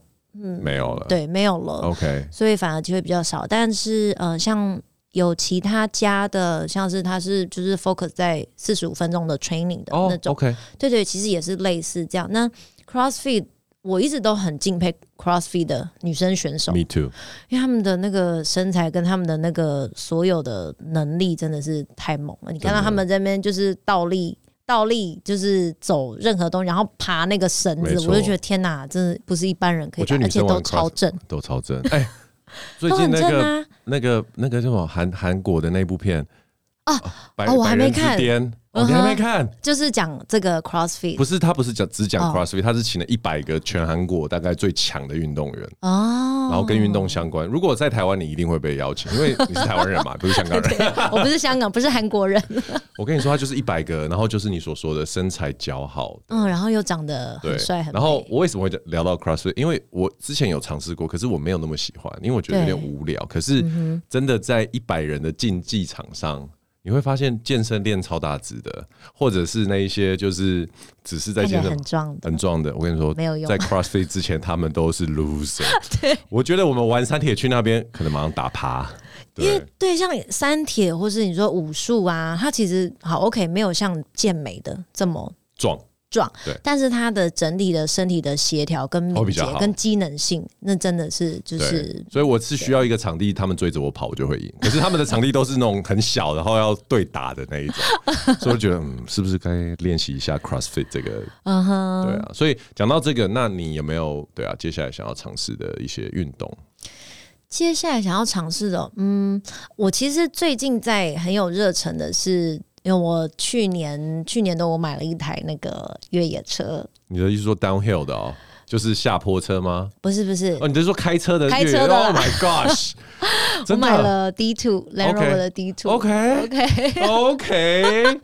[SPEAKER 2] 没有了。
[SPEAKER 1] 嗯对没有了，
[SPEAKER 2] ，OK，
[SPEAKER 1] 所以反而机会比较少。但是呃，像有其他家的，像是它是就是 focus 在四十五分钟的 training 的
[SPEAKER 2] 哦、
[SPEAKER 1] 那种
[SPEAKER 2] o k
[SPEAKER 1] 对对，其实也是类似这样。那 CrossFit 我一直都很敬佩 CrossFit 的女生选手
[SPEAKER 2] m，e too。
[SPEAKER 1] 因为她们的那个身材跟她们的那个所有的能力真的是太猛了。你看到她们这边就是倒立。倒立就是走任何东西，然后爬那个绳
[SPEAKER 2] 没
[SPEAKER 1] 子，
[SPEAKER 2] 错
[SPEAKER 1] 我就觉得天哪，真的不是一般人可以
[SPEAKER 2] 我觉
[SPEAKER 1] 爬，
[SPEAKER 2] 得
[SPEAKER 1] 而
[SPEAKER 2] 女
[SPEAKER 1] 且
[SPEAKER 2] 生玩
[SPEAKER 1] 都超
[SPEAKER 2] cross-
[SPEAKER 1] 正，
[SPEAKER 2] 都 超正。哎、最
[SPEAKER 1] 都
[SPEAKER 2] 近
[SPEAKER 1] 很
[SPEAKER 2] 那
[SPEAKER 1] 正
[SPEAKER 2] 个、
[SPEAKER 1] 啊！
[SPEAKER 2] 那个、那个叫什么韩韩国的那部片啊百
[SPEAKER 1] 哦我还没
[SPEAKER 2] 百人
[SPEAKER 1] 看
[SPEAKER 2] 之巅哦
[SPEAKER 1] 嗯
[SPEAKER 2] 你
[SPEAKER 1] 哼
[SPEAKER 2] 还没看？
[SPEAKER 1] 就是讲这个 CrossFit
[SPEAKER 2] 不是，他不是讲只讲
[SPEAKER 1] 哦
[SPEAKER 2] CrossFit，他是请了一百个全韩国大概最强的运动员，
[SPEAKER 1] 哦，
[SPEAKER 2] 然后跟运动相关。如果在台湾，你一定会被邀请，因为你是台湾人嘛，不是香 港人。
[SPEAKER 1] 我不是香港，不是韩国人，
[SPEAKER 2] 我跟你说，他就是一百个，然后就是你所说的身材姣好，
[SPEAKER 1] 嗯，然后又长得
[SPEAKER 2] 对
[SPEAKER 1] 很帅，，很
[SPEAKER 2] 然后
[SPEAKER 1] 美
[SPEAKER 2] 我为什么会聊到 CrossFit？因为我之前有尝试过，可是我没有那么喜欢，因为我觉得有
[SPEAKER 1] 对嗯
[SPEAKER 2] 点无聊。可是真的在一百人的竞技场上，你会发现健身练超大只的，或者是那一些就是只是在
[SPEAKER 1] 看起
[SPEAKER 2] 健
[SPEAKER 1] 来
[SPEAKER 2] 身
[SPEAKER 1] 很壮的
[SPEAKER 2] 很壮的。我跟你说，
[SPEAKER 1] 没有用
[SPEAKER 2] 在 CrossFit 之前，他们都是 loser。我觉得我们玩三铁去那边，可能马上打趴。
[SPEAKER 1] 因为对
[SPEAKER 2] 对，
[SPEAKER 1] 像三铁或是你说武术啊，它其实好 OK，没有像健美的这么
[SPEAKER 2] 壮。
[SPEAKER 1] 壮
[SPEAKER 2] 对，
[SPEAKER 1] 但是它的整体的身体的协调跟
[SPEAKER 2] 会
[SPEAKER 1] 敏
[SPEAKER 2] 比
[SPEAKER 1] 捷
[SPEAKER 2] 较好
[SPEAKER 1] 跟机能性，那真的是就
[SPEAKER 2] 对
[SPEAKER 1] 是，
[SPEAKER 2] 所以我是需要一个场地，他们追着我跑，我就 会赢。可是他们的场地都是那种很小，然后要对打的那一种，所以我觉得，嗯，是不是该练习一下 CrossFit 这个？
[SPEAKER 1] 嗯哼，
[SPEAKER 2] 对啊，所以讲到这个，那你有没有对啊？接下来想要尝试的一些运动？
[SPEAKER 1] 接下来想要尝试的，嗯，我其实最近在很有热忱的是，因为我去年去年的我买了一台那个越野车，
[SPEAKER 2] 你的意思说 downhill 的哦，就是下坡车吗？
[SPEAKER 1] 不是不是，
[SPEAKER 2] 哦，你是说开车的越
[SPEAKER 1] 开
[SPEAKER 2] 野？
[SPEAKER 1] 车的啦
[SPEAKER 2] Oh my gosh！
[SPEAKER 1] 我
[SPEAKER 2] 真的啊
[SPEAKER 1] 买了 D Two l a n d
[SPEAKER 2] OK
[SPEAKER 1] Rover 的 D Two。
[SPEAKER 2] OK
[SPEAKER 1] OK，
[SPEAKER 2] OK，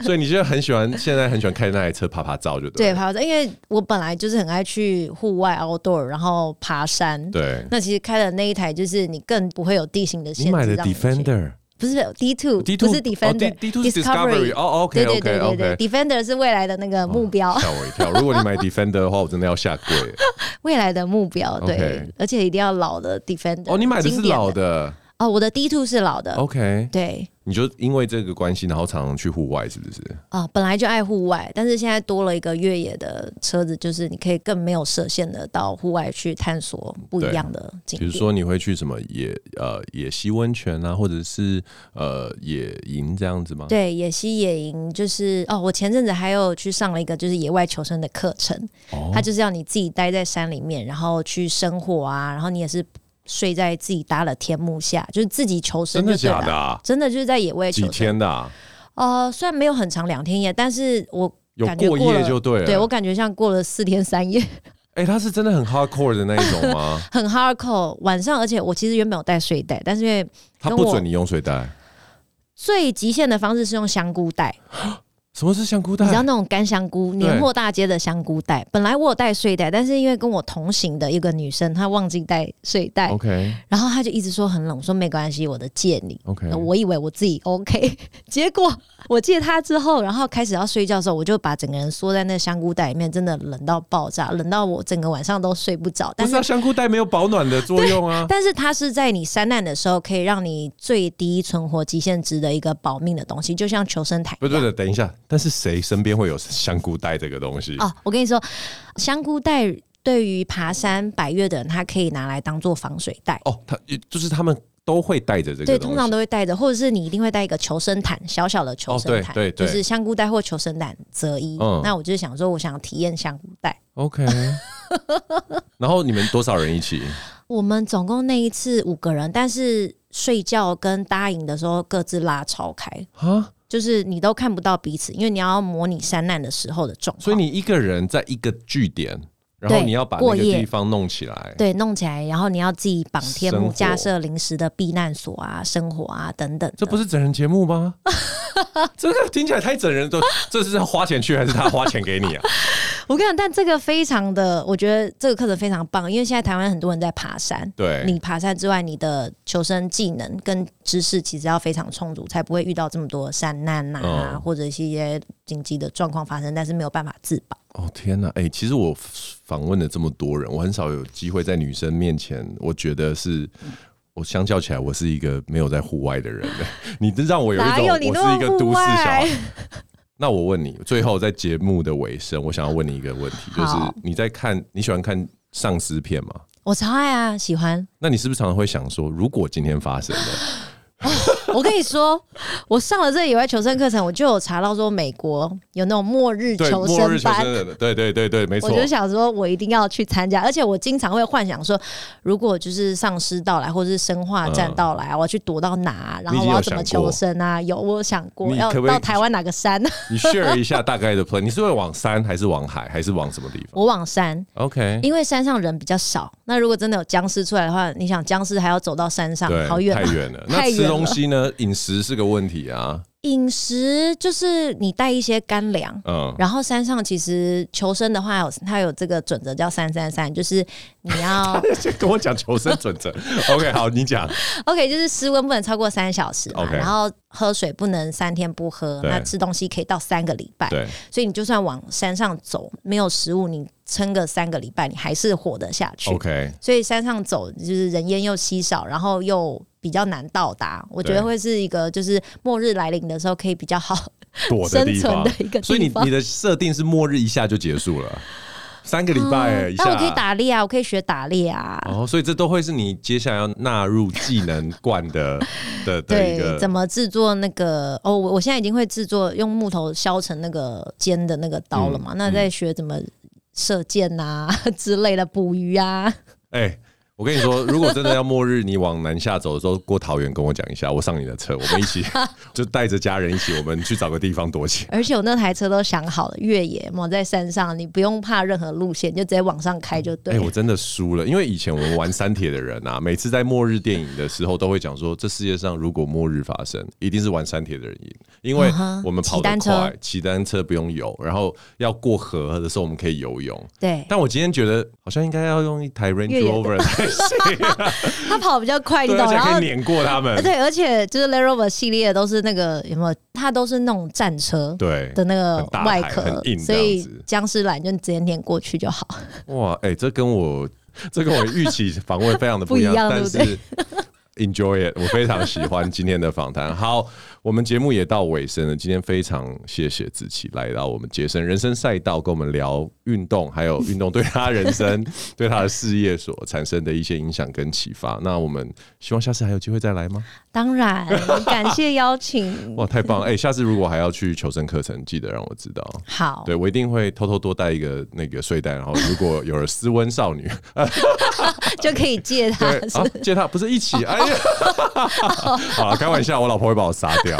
[SPEAKER 2] 所以你现在很喜欢，现在很喜欢开那台车爬爬照，就
[SPEAKER 1] 对，
[SPEAKER 2] 了
[SPEAKER 1] 爬山，因为我本来就是很爱去户外 outdoor，然后爬山。
[SPEAKER 2] 对。
[SPEAKER 1] 那其实开的那一台，就是你更不会有地形的限
[SPEAKER 2] 你
[SPEAKER 1] 制。
[SPEAKER 2] 买的
[SPEAKER 1] 让你去
[SPEAKER 2] Defender。
[SPEAKER 1] 不是 D two
[SPEAKER 2] D2
[SPEAKER 1] 不是
[SPEAKER 2] 哦
[SPEAKER 1] Defender、
[SPEAKER 2] D- D2 是 Discovery 哦，OK，
[SPEAKER 1] 对对对
[SPEAKER 2] OK，哦
[SPEAKER 1] 对对
[SPEAKER 2] OK
[SPEAKER 1] Defender 是未来的那个目标，
[SPEAKER 2] 吓我一跳！如果你买 Defender 的话，我真的要下跪。
[SPEAKER 1] 未来的目标
[SPEAKER 2] OK
[SPEAKER 1] 对，而且一定要老的 Defender。
[SPEAKER 2] 哦，你买的是
[SPEAKER 1] 经典呃
[SPEAKER 2] 老的哦
[SPEAKER 1] 哦，我的 D two 是老的
[SPEAKER 2] ，OK？
[SPEAKER 1] 对
[SPEAKER 2] 你就因为这个关系，然后常常去户外，是不是？
[SPEAKER 1] 啊、本来就爱户外，但是现在多了一个越野的车子，就是你可以更没有设限的到户外去探索不一
[SPEAKER 2] 对
[SPEAKER 1] 样的景
[SPEAKER 2] 比
[SPEAKER 1] 点。
[SPEAKER 2] 如说你会去什么野呃野溪温泉啊，或者是呃野营这样子吗？，
[SPEAKER 1] 对，野溪野营就是哦，我前阵子还有去上了一个就是野外求生的课程，
[SPEAKER 2] 哦
[SPEAKER 1] 它就是要你自己待在山里面，然后去生火啊，然后你也是睡在自己搭的天幕下，就是自己求生
[SPEAKER 2] 真
[SPEAKER 1] 就
[SPEAKER 2] 的
[SPEAKER 1] 对
[SPEAKER 2] 假
[SPEAKER 1] 了。
[SPEAKER 2] 的啊？
[SPEAKER 1] 真的就是在野外
[SPEAKER 2] 几
[SPEAKER 1] 求生，
[SPEAKER 2] 天的啊？
[SPEAKER 1] 呃，虽然没有很长两天夜，但是我
[SPEAKER 2] 有
[SPEAKER 1] 感觉
[SPEAKER 2] 过
[SPEAKER 1] 过
[SPEAKER 2] 夜
[SPEAKER 1] 了
[SPEAKER 2] 就对了。啊
[SPEAKER 1] 对我感觉像过了四天三夜，
[SPEAKER 2] 哎，它是真的很 hardcore 的那一 种吗？
[SPEAKER 1] 很 hardcore。晚上，而且我其实原本有带睡袋，但是因为
[SPEAKER 2] 它
[SPEAKER 1] 跟
[SPEAKER 2] 不
[SPEAKER 1] 我
[SPEAKER 2] 准你用水袋。
[SPEAKER 1] 最极限的方式是用香菇袋，
[SPEAKER 2] 什么是香菇袋
[SPEAKER 1] 你知？道那种干香菇，年货大街的香菇袋。本来我有带睡袋，但是因为跟我同行的一个女生她忘记带睡袋，
[SPEAKER 2] OK
[SPEAKER 1] 然后她就一直说很冷，我说没关系，我的借你。
[SPEAKER 2] OK，
[SPEAKER 1] 呃我以为我自己 OK，结 果我借她之后，然后开始要睡觉的时候，我就把整个人缩在那香菇袋里面，真的冷到爆炸，冷到我整个晚上都睡不着。
[SPEAKER 2] 不
[SPEAKER 1] 但
[SPEAKER 2] 是
[SPEAKER 1] 是
[SPEAKER 2] 啊，香菇袋没有保暖的作用啊。
[SPEAKER 1] 但是它是在你山难的时候，可以让你最低存活极限值的一个保命的东西，就像求生毯
[SPEAKER 2] 不
[SPEAKER 1] 一
[SPEAKER 2] 对
[SPEAKER 1] 样。
[SPEAKER 2] 对，等一下，但是谁身边会有香菇袋这个东西？
[SPEAKER 1] 哦，我跟你说，香菇袋对于爬山百越的人，他可以拿来当做防水袋。
[SPEAKER 2] 哦，他就是他们都会带着这
[SPEAKER 1] 对，
[SPEAKER 2] 个东
[SPEAKER 1] 通
[SPEAKER 2] 西。
[SPEAKER 1] 常都会带着，或者是你一定会带一个求生毯，小小的求生毯，
[SPEAKER 2] 哦对对对
[SPEAKER 1] 就是香菇袋或求生毯择一。
[SPEAKER 2] 嗯
[SPEAKER 1] 那我就是想说，我想要体验香菇袋。
[SPEAKER 2] OK。然后你们多少人一起？
[SPEAKER 1] 我们总共那一次五个人，但是睡觉跟搭营的时候各自拉超开，
[SPEAKER 2] 啊，
[SPEAKER 1] 就是你都看不到彼此，因为你要模拟山难的时候的状况。
[SPEAKER 2] 所以你一个人在一个据点，然后
[SPEAKER 1] 对
[SPEAKER 2] 你要把那
[SPEAKER 1] 过
[SPEAKER 2] 个
[SPEAKER 1] 夜
[SPEAKER 2] 地方弄起来。
[SPEAKER 1] 对弄起来，然后你要自己绑天
[SPEAKER 2] 生
[SPEAKER 1] 幕，
[SPEAKER 2] 活
[SPEAKER 1] 架设临时的避难所啊、生活啊等等的。
[SPEAKER 2] 这不是整人节 目吗？这个听起来太整人都，这是要花钱去还是他花钱给你啊？
[SPEAKER 1] 我跟你讲，但这个非常的，我觉得这个课程非常棒，因为现在台湾很多人在爬山。
[SPEAKER 2] 对，
[SPEAKER 1] 你爬山之外，你的求生技能跟知识其实要非常充足，才不会遇到这么多山难呐、
[SPEAKER 2] 嗯
[SPEAKER 1] 或者是一些紧急的状况发生，但是没有办法自保。
[SPEAKER 2] 哦天哪，哎、其实我访问了这么多人，我很少有机会在女生面前，我觉得是。我相较起来，我是一个没有在户外的 人。你真让我有一
[SPEAKER 1] 哪
[SPEAKER 2] 种
[SPEAKER 1] 有你
[SPEAKER 2] 我
[SPEAKER 1] 那么
[SPEAKER 2] 是一个都市
[SPEAKER 1] 户
[SPEAKER 2] 小孩
[SPEAKER 1] 外。
[SPEAKER 2] 那我问你，最后在节目的尾声，我想要问你一个问题，就是
[SPEAKER 1] 好
[SPEAKER 2] 你在看你喜欢看丧尸片吗？
[SPEAKER 1] 我超爱啊，喜欢。
[SPEAKER 2] 那你是不是常常会想说，如果今天发生了，
[SPEAKER 1] 我跟你说， 我上了这野外求生课程，我就有查到说美国有那种末日
[SPEAKER 2] 对，
[SPEAKER 1] 求
[SPEAKER 2] 末日
[SPEAKER 1] 生班
[SPEAKER 2] 求生，的，对对对对，没
[SPEAKER 1] 我
[SPEAKER 2] 错，
[SPEAKER 1] 就想说，我一定要去参加，而且我经常会幻想说，如果就是丧尸到来，或者是生化战到来，我要去躲到哪，然
[SPEAKER 2] 嗯你已
[SPEAKER 1] 后
[SPEAKER 2] 经
[SPEAKER 1] 我
[SPEAKER 2] 有
[SPEAKER 1] 要怎么
[SPEAKER 2] 想过
[SPEAKER 1] 求生啊？有，我有想过
[SPEAKER 2] 你
[SPEAKER 1] 要
[SPEAKER 2] 可不可以
[SPEAKER 1] 到台湾哪个山？
[SPEAKER 2] 你 share 一下大概的 plan，你是会往山还是往海还是往什么地方
[SPEAKER 1] 我往山，
[SPEAKER 2] ？OK，
[SPEAKER 1] 因为山上人比较少。那如果真的有僵尸出来的话，你想僵尸还要走到山上，
[SPEAKER 2] 对，
[SPEAKER 1] 好远、
[SPEAKER 2] 太
[SPEAKER 1] 啊。
[SPEAKER 2] 远了。
[SPEAKER 1] 太
[SPEAKER 2] 那
[SPEAKER 1] 远
[SPEAKER 2] 吃东
[SPEAKER 1] 了
[SPEAKER 2] 西呢？饮食是个问题啊。
[SPEAKER 1] 饮食就是你带一些干粮，
[SPEAKER 2] 嗯，
[SPEAKER 1] 然后山上其实求生的话，有它有这个准则叫三三三，就是你 要
[SPEAKER 2] 跟我讲求生 准则。OK，好，你讲。
[SPEAKER 1] OK，就是室温不能超过三小时嘛
[SPEAKER 2] OK
[SPEAKER 1] 然后喝水不能三天不喝，
[SPEAKER 2] 对
[SPEAKER 1] 那吃东西可以到三个礼拜，
[SPEAKER 2] 对，
[SPEAKER 1] 所以你就算往山上走，没有食物，你撑个三个礼拜，你还是活得下去。
[SPEAKER 2] OK，
[SPEAKER 1] 所以山上走就是人烟又稀少，然后又比较难到达，我觉得
[SPEAKER 2] 对
[SPEAKER 1] 会是一个就是末日来临的时候可以比较好
[SPEAKER 2] 躲的
[SPEAKER 1] 生
[SPEAKER 2] 地
[SPEAKER 1] 存
[SPEAKER 2] 方
[SPEAKER 1] 的一个地方。
[SPEAKER 2] 所以你你的设定是末日一下就结束了，三个礼拜、
[SPEAKER 1] 嗯
[SPEAKER 2] 一下。
[SPEAKER 1] 但我可以打猎啊，我可以学打猎啊。
[SPEAKER 2] 哦，所以这都会是你接下来要纳入技能罐 的的的一
[SPEAKER 1] 对，
[SPEAKER 2] 个
[SPEAKER 1] 怎么制作那个？哦，我我现在已经会制作用木头削成那个尖的那个刀了嘛？
[SPEAKER 2] 嗯
[SPEAKER 1] 那在学怎么射箭啊 之类的，捕鱼啊。
[SPEAKER 2] 哎、我跟你说，如果真的要末日，你往南下走的时候，过桃园跟我讲一下，我上你的车，我们 一起就带着家人一起，我们去找个地方躲起来。
[SPEAKER 1] 而且我那台车都想好了，越野嘛，在山上你不用怕任何路线，你就直接往上开就
[SPEAKER 2] 哎、
[SPEAKER 1] 对了。
[SPEAKER 2] 我真的输了，因为以前我们玩三铁的人啊，每次在末日电影的时候，都会讲说，这世界上如果末日发生，一定是玩三铁的人赢，因为
[SPEAKER 1] 嗯哼
[SPEAKER 2] 我们跑
[SPEAKER 1] 骑
[SPEAKER 2] 得
[SPEAKER 1] 单车
[SPEAKER 2] 快，骑单车不用游，然后要过河的时候我们可以游泳。
[SPEAKER 1] 对，
[SPEAKER 2] 但我今天觉得好像应该要用一台 Range
[SPEAKER 1] 越野
[SPEAKER 2] Rover 才行，
[SPEAKER 1] 他跑比较快，你
[SPEAKER 2] 对，
[SPEAKER 1] 懂？
[SPEAKER 2] 而且
[SPEAKER 1] 然
[SPEAKER 2] 可
[SPEAKER 1] 后啊
[SPEAKER 2] 以碾过他们。
[SPEAKER 1] 对，而且就是 Land Rover 系列都是那个有没有？它都是那种战车。
[SPEAKER 2] 对
[SPEAKER 1] 的那个
[SPEAKER 2] 很大
[SPEAKER 1] 外
[SPEAKER 2] 台
[SPEAKER 1] 壳
[SPEAKER 2] 很硬，这
[SPEAKER 1] 所
[SPEAKER 2] 样
[SPEAKER 1] 以
[SPEAKER 2] 子
[SPEAKER 1] 僵尸来你就直接碾过去就好。
[SPEAKER 2] 哇，哎、这跟我这跟我预 期访问非常的不一
[SPEAKER 1] 不
[SPEAKER 2] 样，
[SPEAKER 1] 一样对
[SPEAKER 2] 但
[SPEAKER 1] 不对
[SPEAKER 2] 是 enjoy it，我非常喜欢今天的访谈。好，我们节目也到尾声了，今天非常谢谢子琪来到我们杰森人生赛道，跟我们聊运动，还有运动对他人 生、对他的事业所产生的一些影响跟启发。那我们希望下次还有机会再来吗？
[SPEAKER 1] 当 然，感谢邀请。
[SPEAKER 2] 哇，太棒！哎、下次如果还要去求生课程，记得让我知道。
[SPEAKER 1] 好，
[SPEAKER 2] 对，我一定会偷偷多带一个那个睡袋，然后如果有了斯温少女，
[SPEAKER 1] 就可以借他。
[SPEAKER 2] 对啊，借他不是一起？哎呀， 好，开玩笑，我老婆会把我杀掉。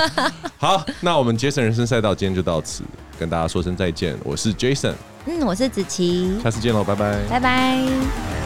[SPEAKER 2] 好，那我们杰森人生赛道今天就到此，跟大家说声再见。我是 Jason，
[SPEAKER 4] 嗯，我是子琪，
[SPEAKER 2] 下次见喽，拜拜。
[SPEAKER 4] 拜拜。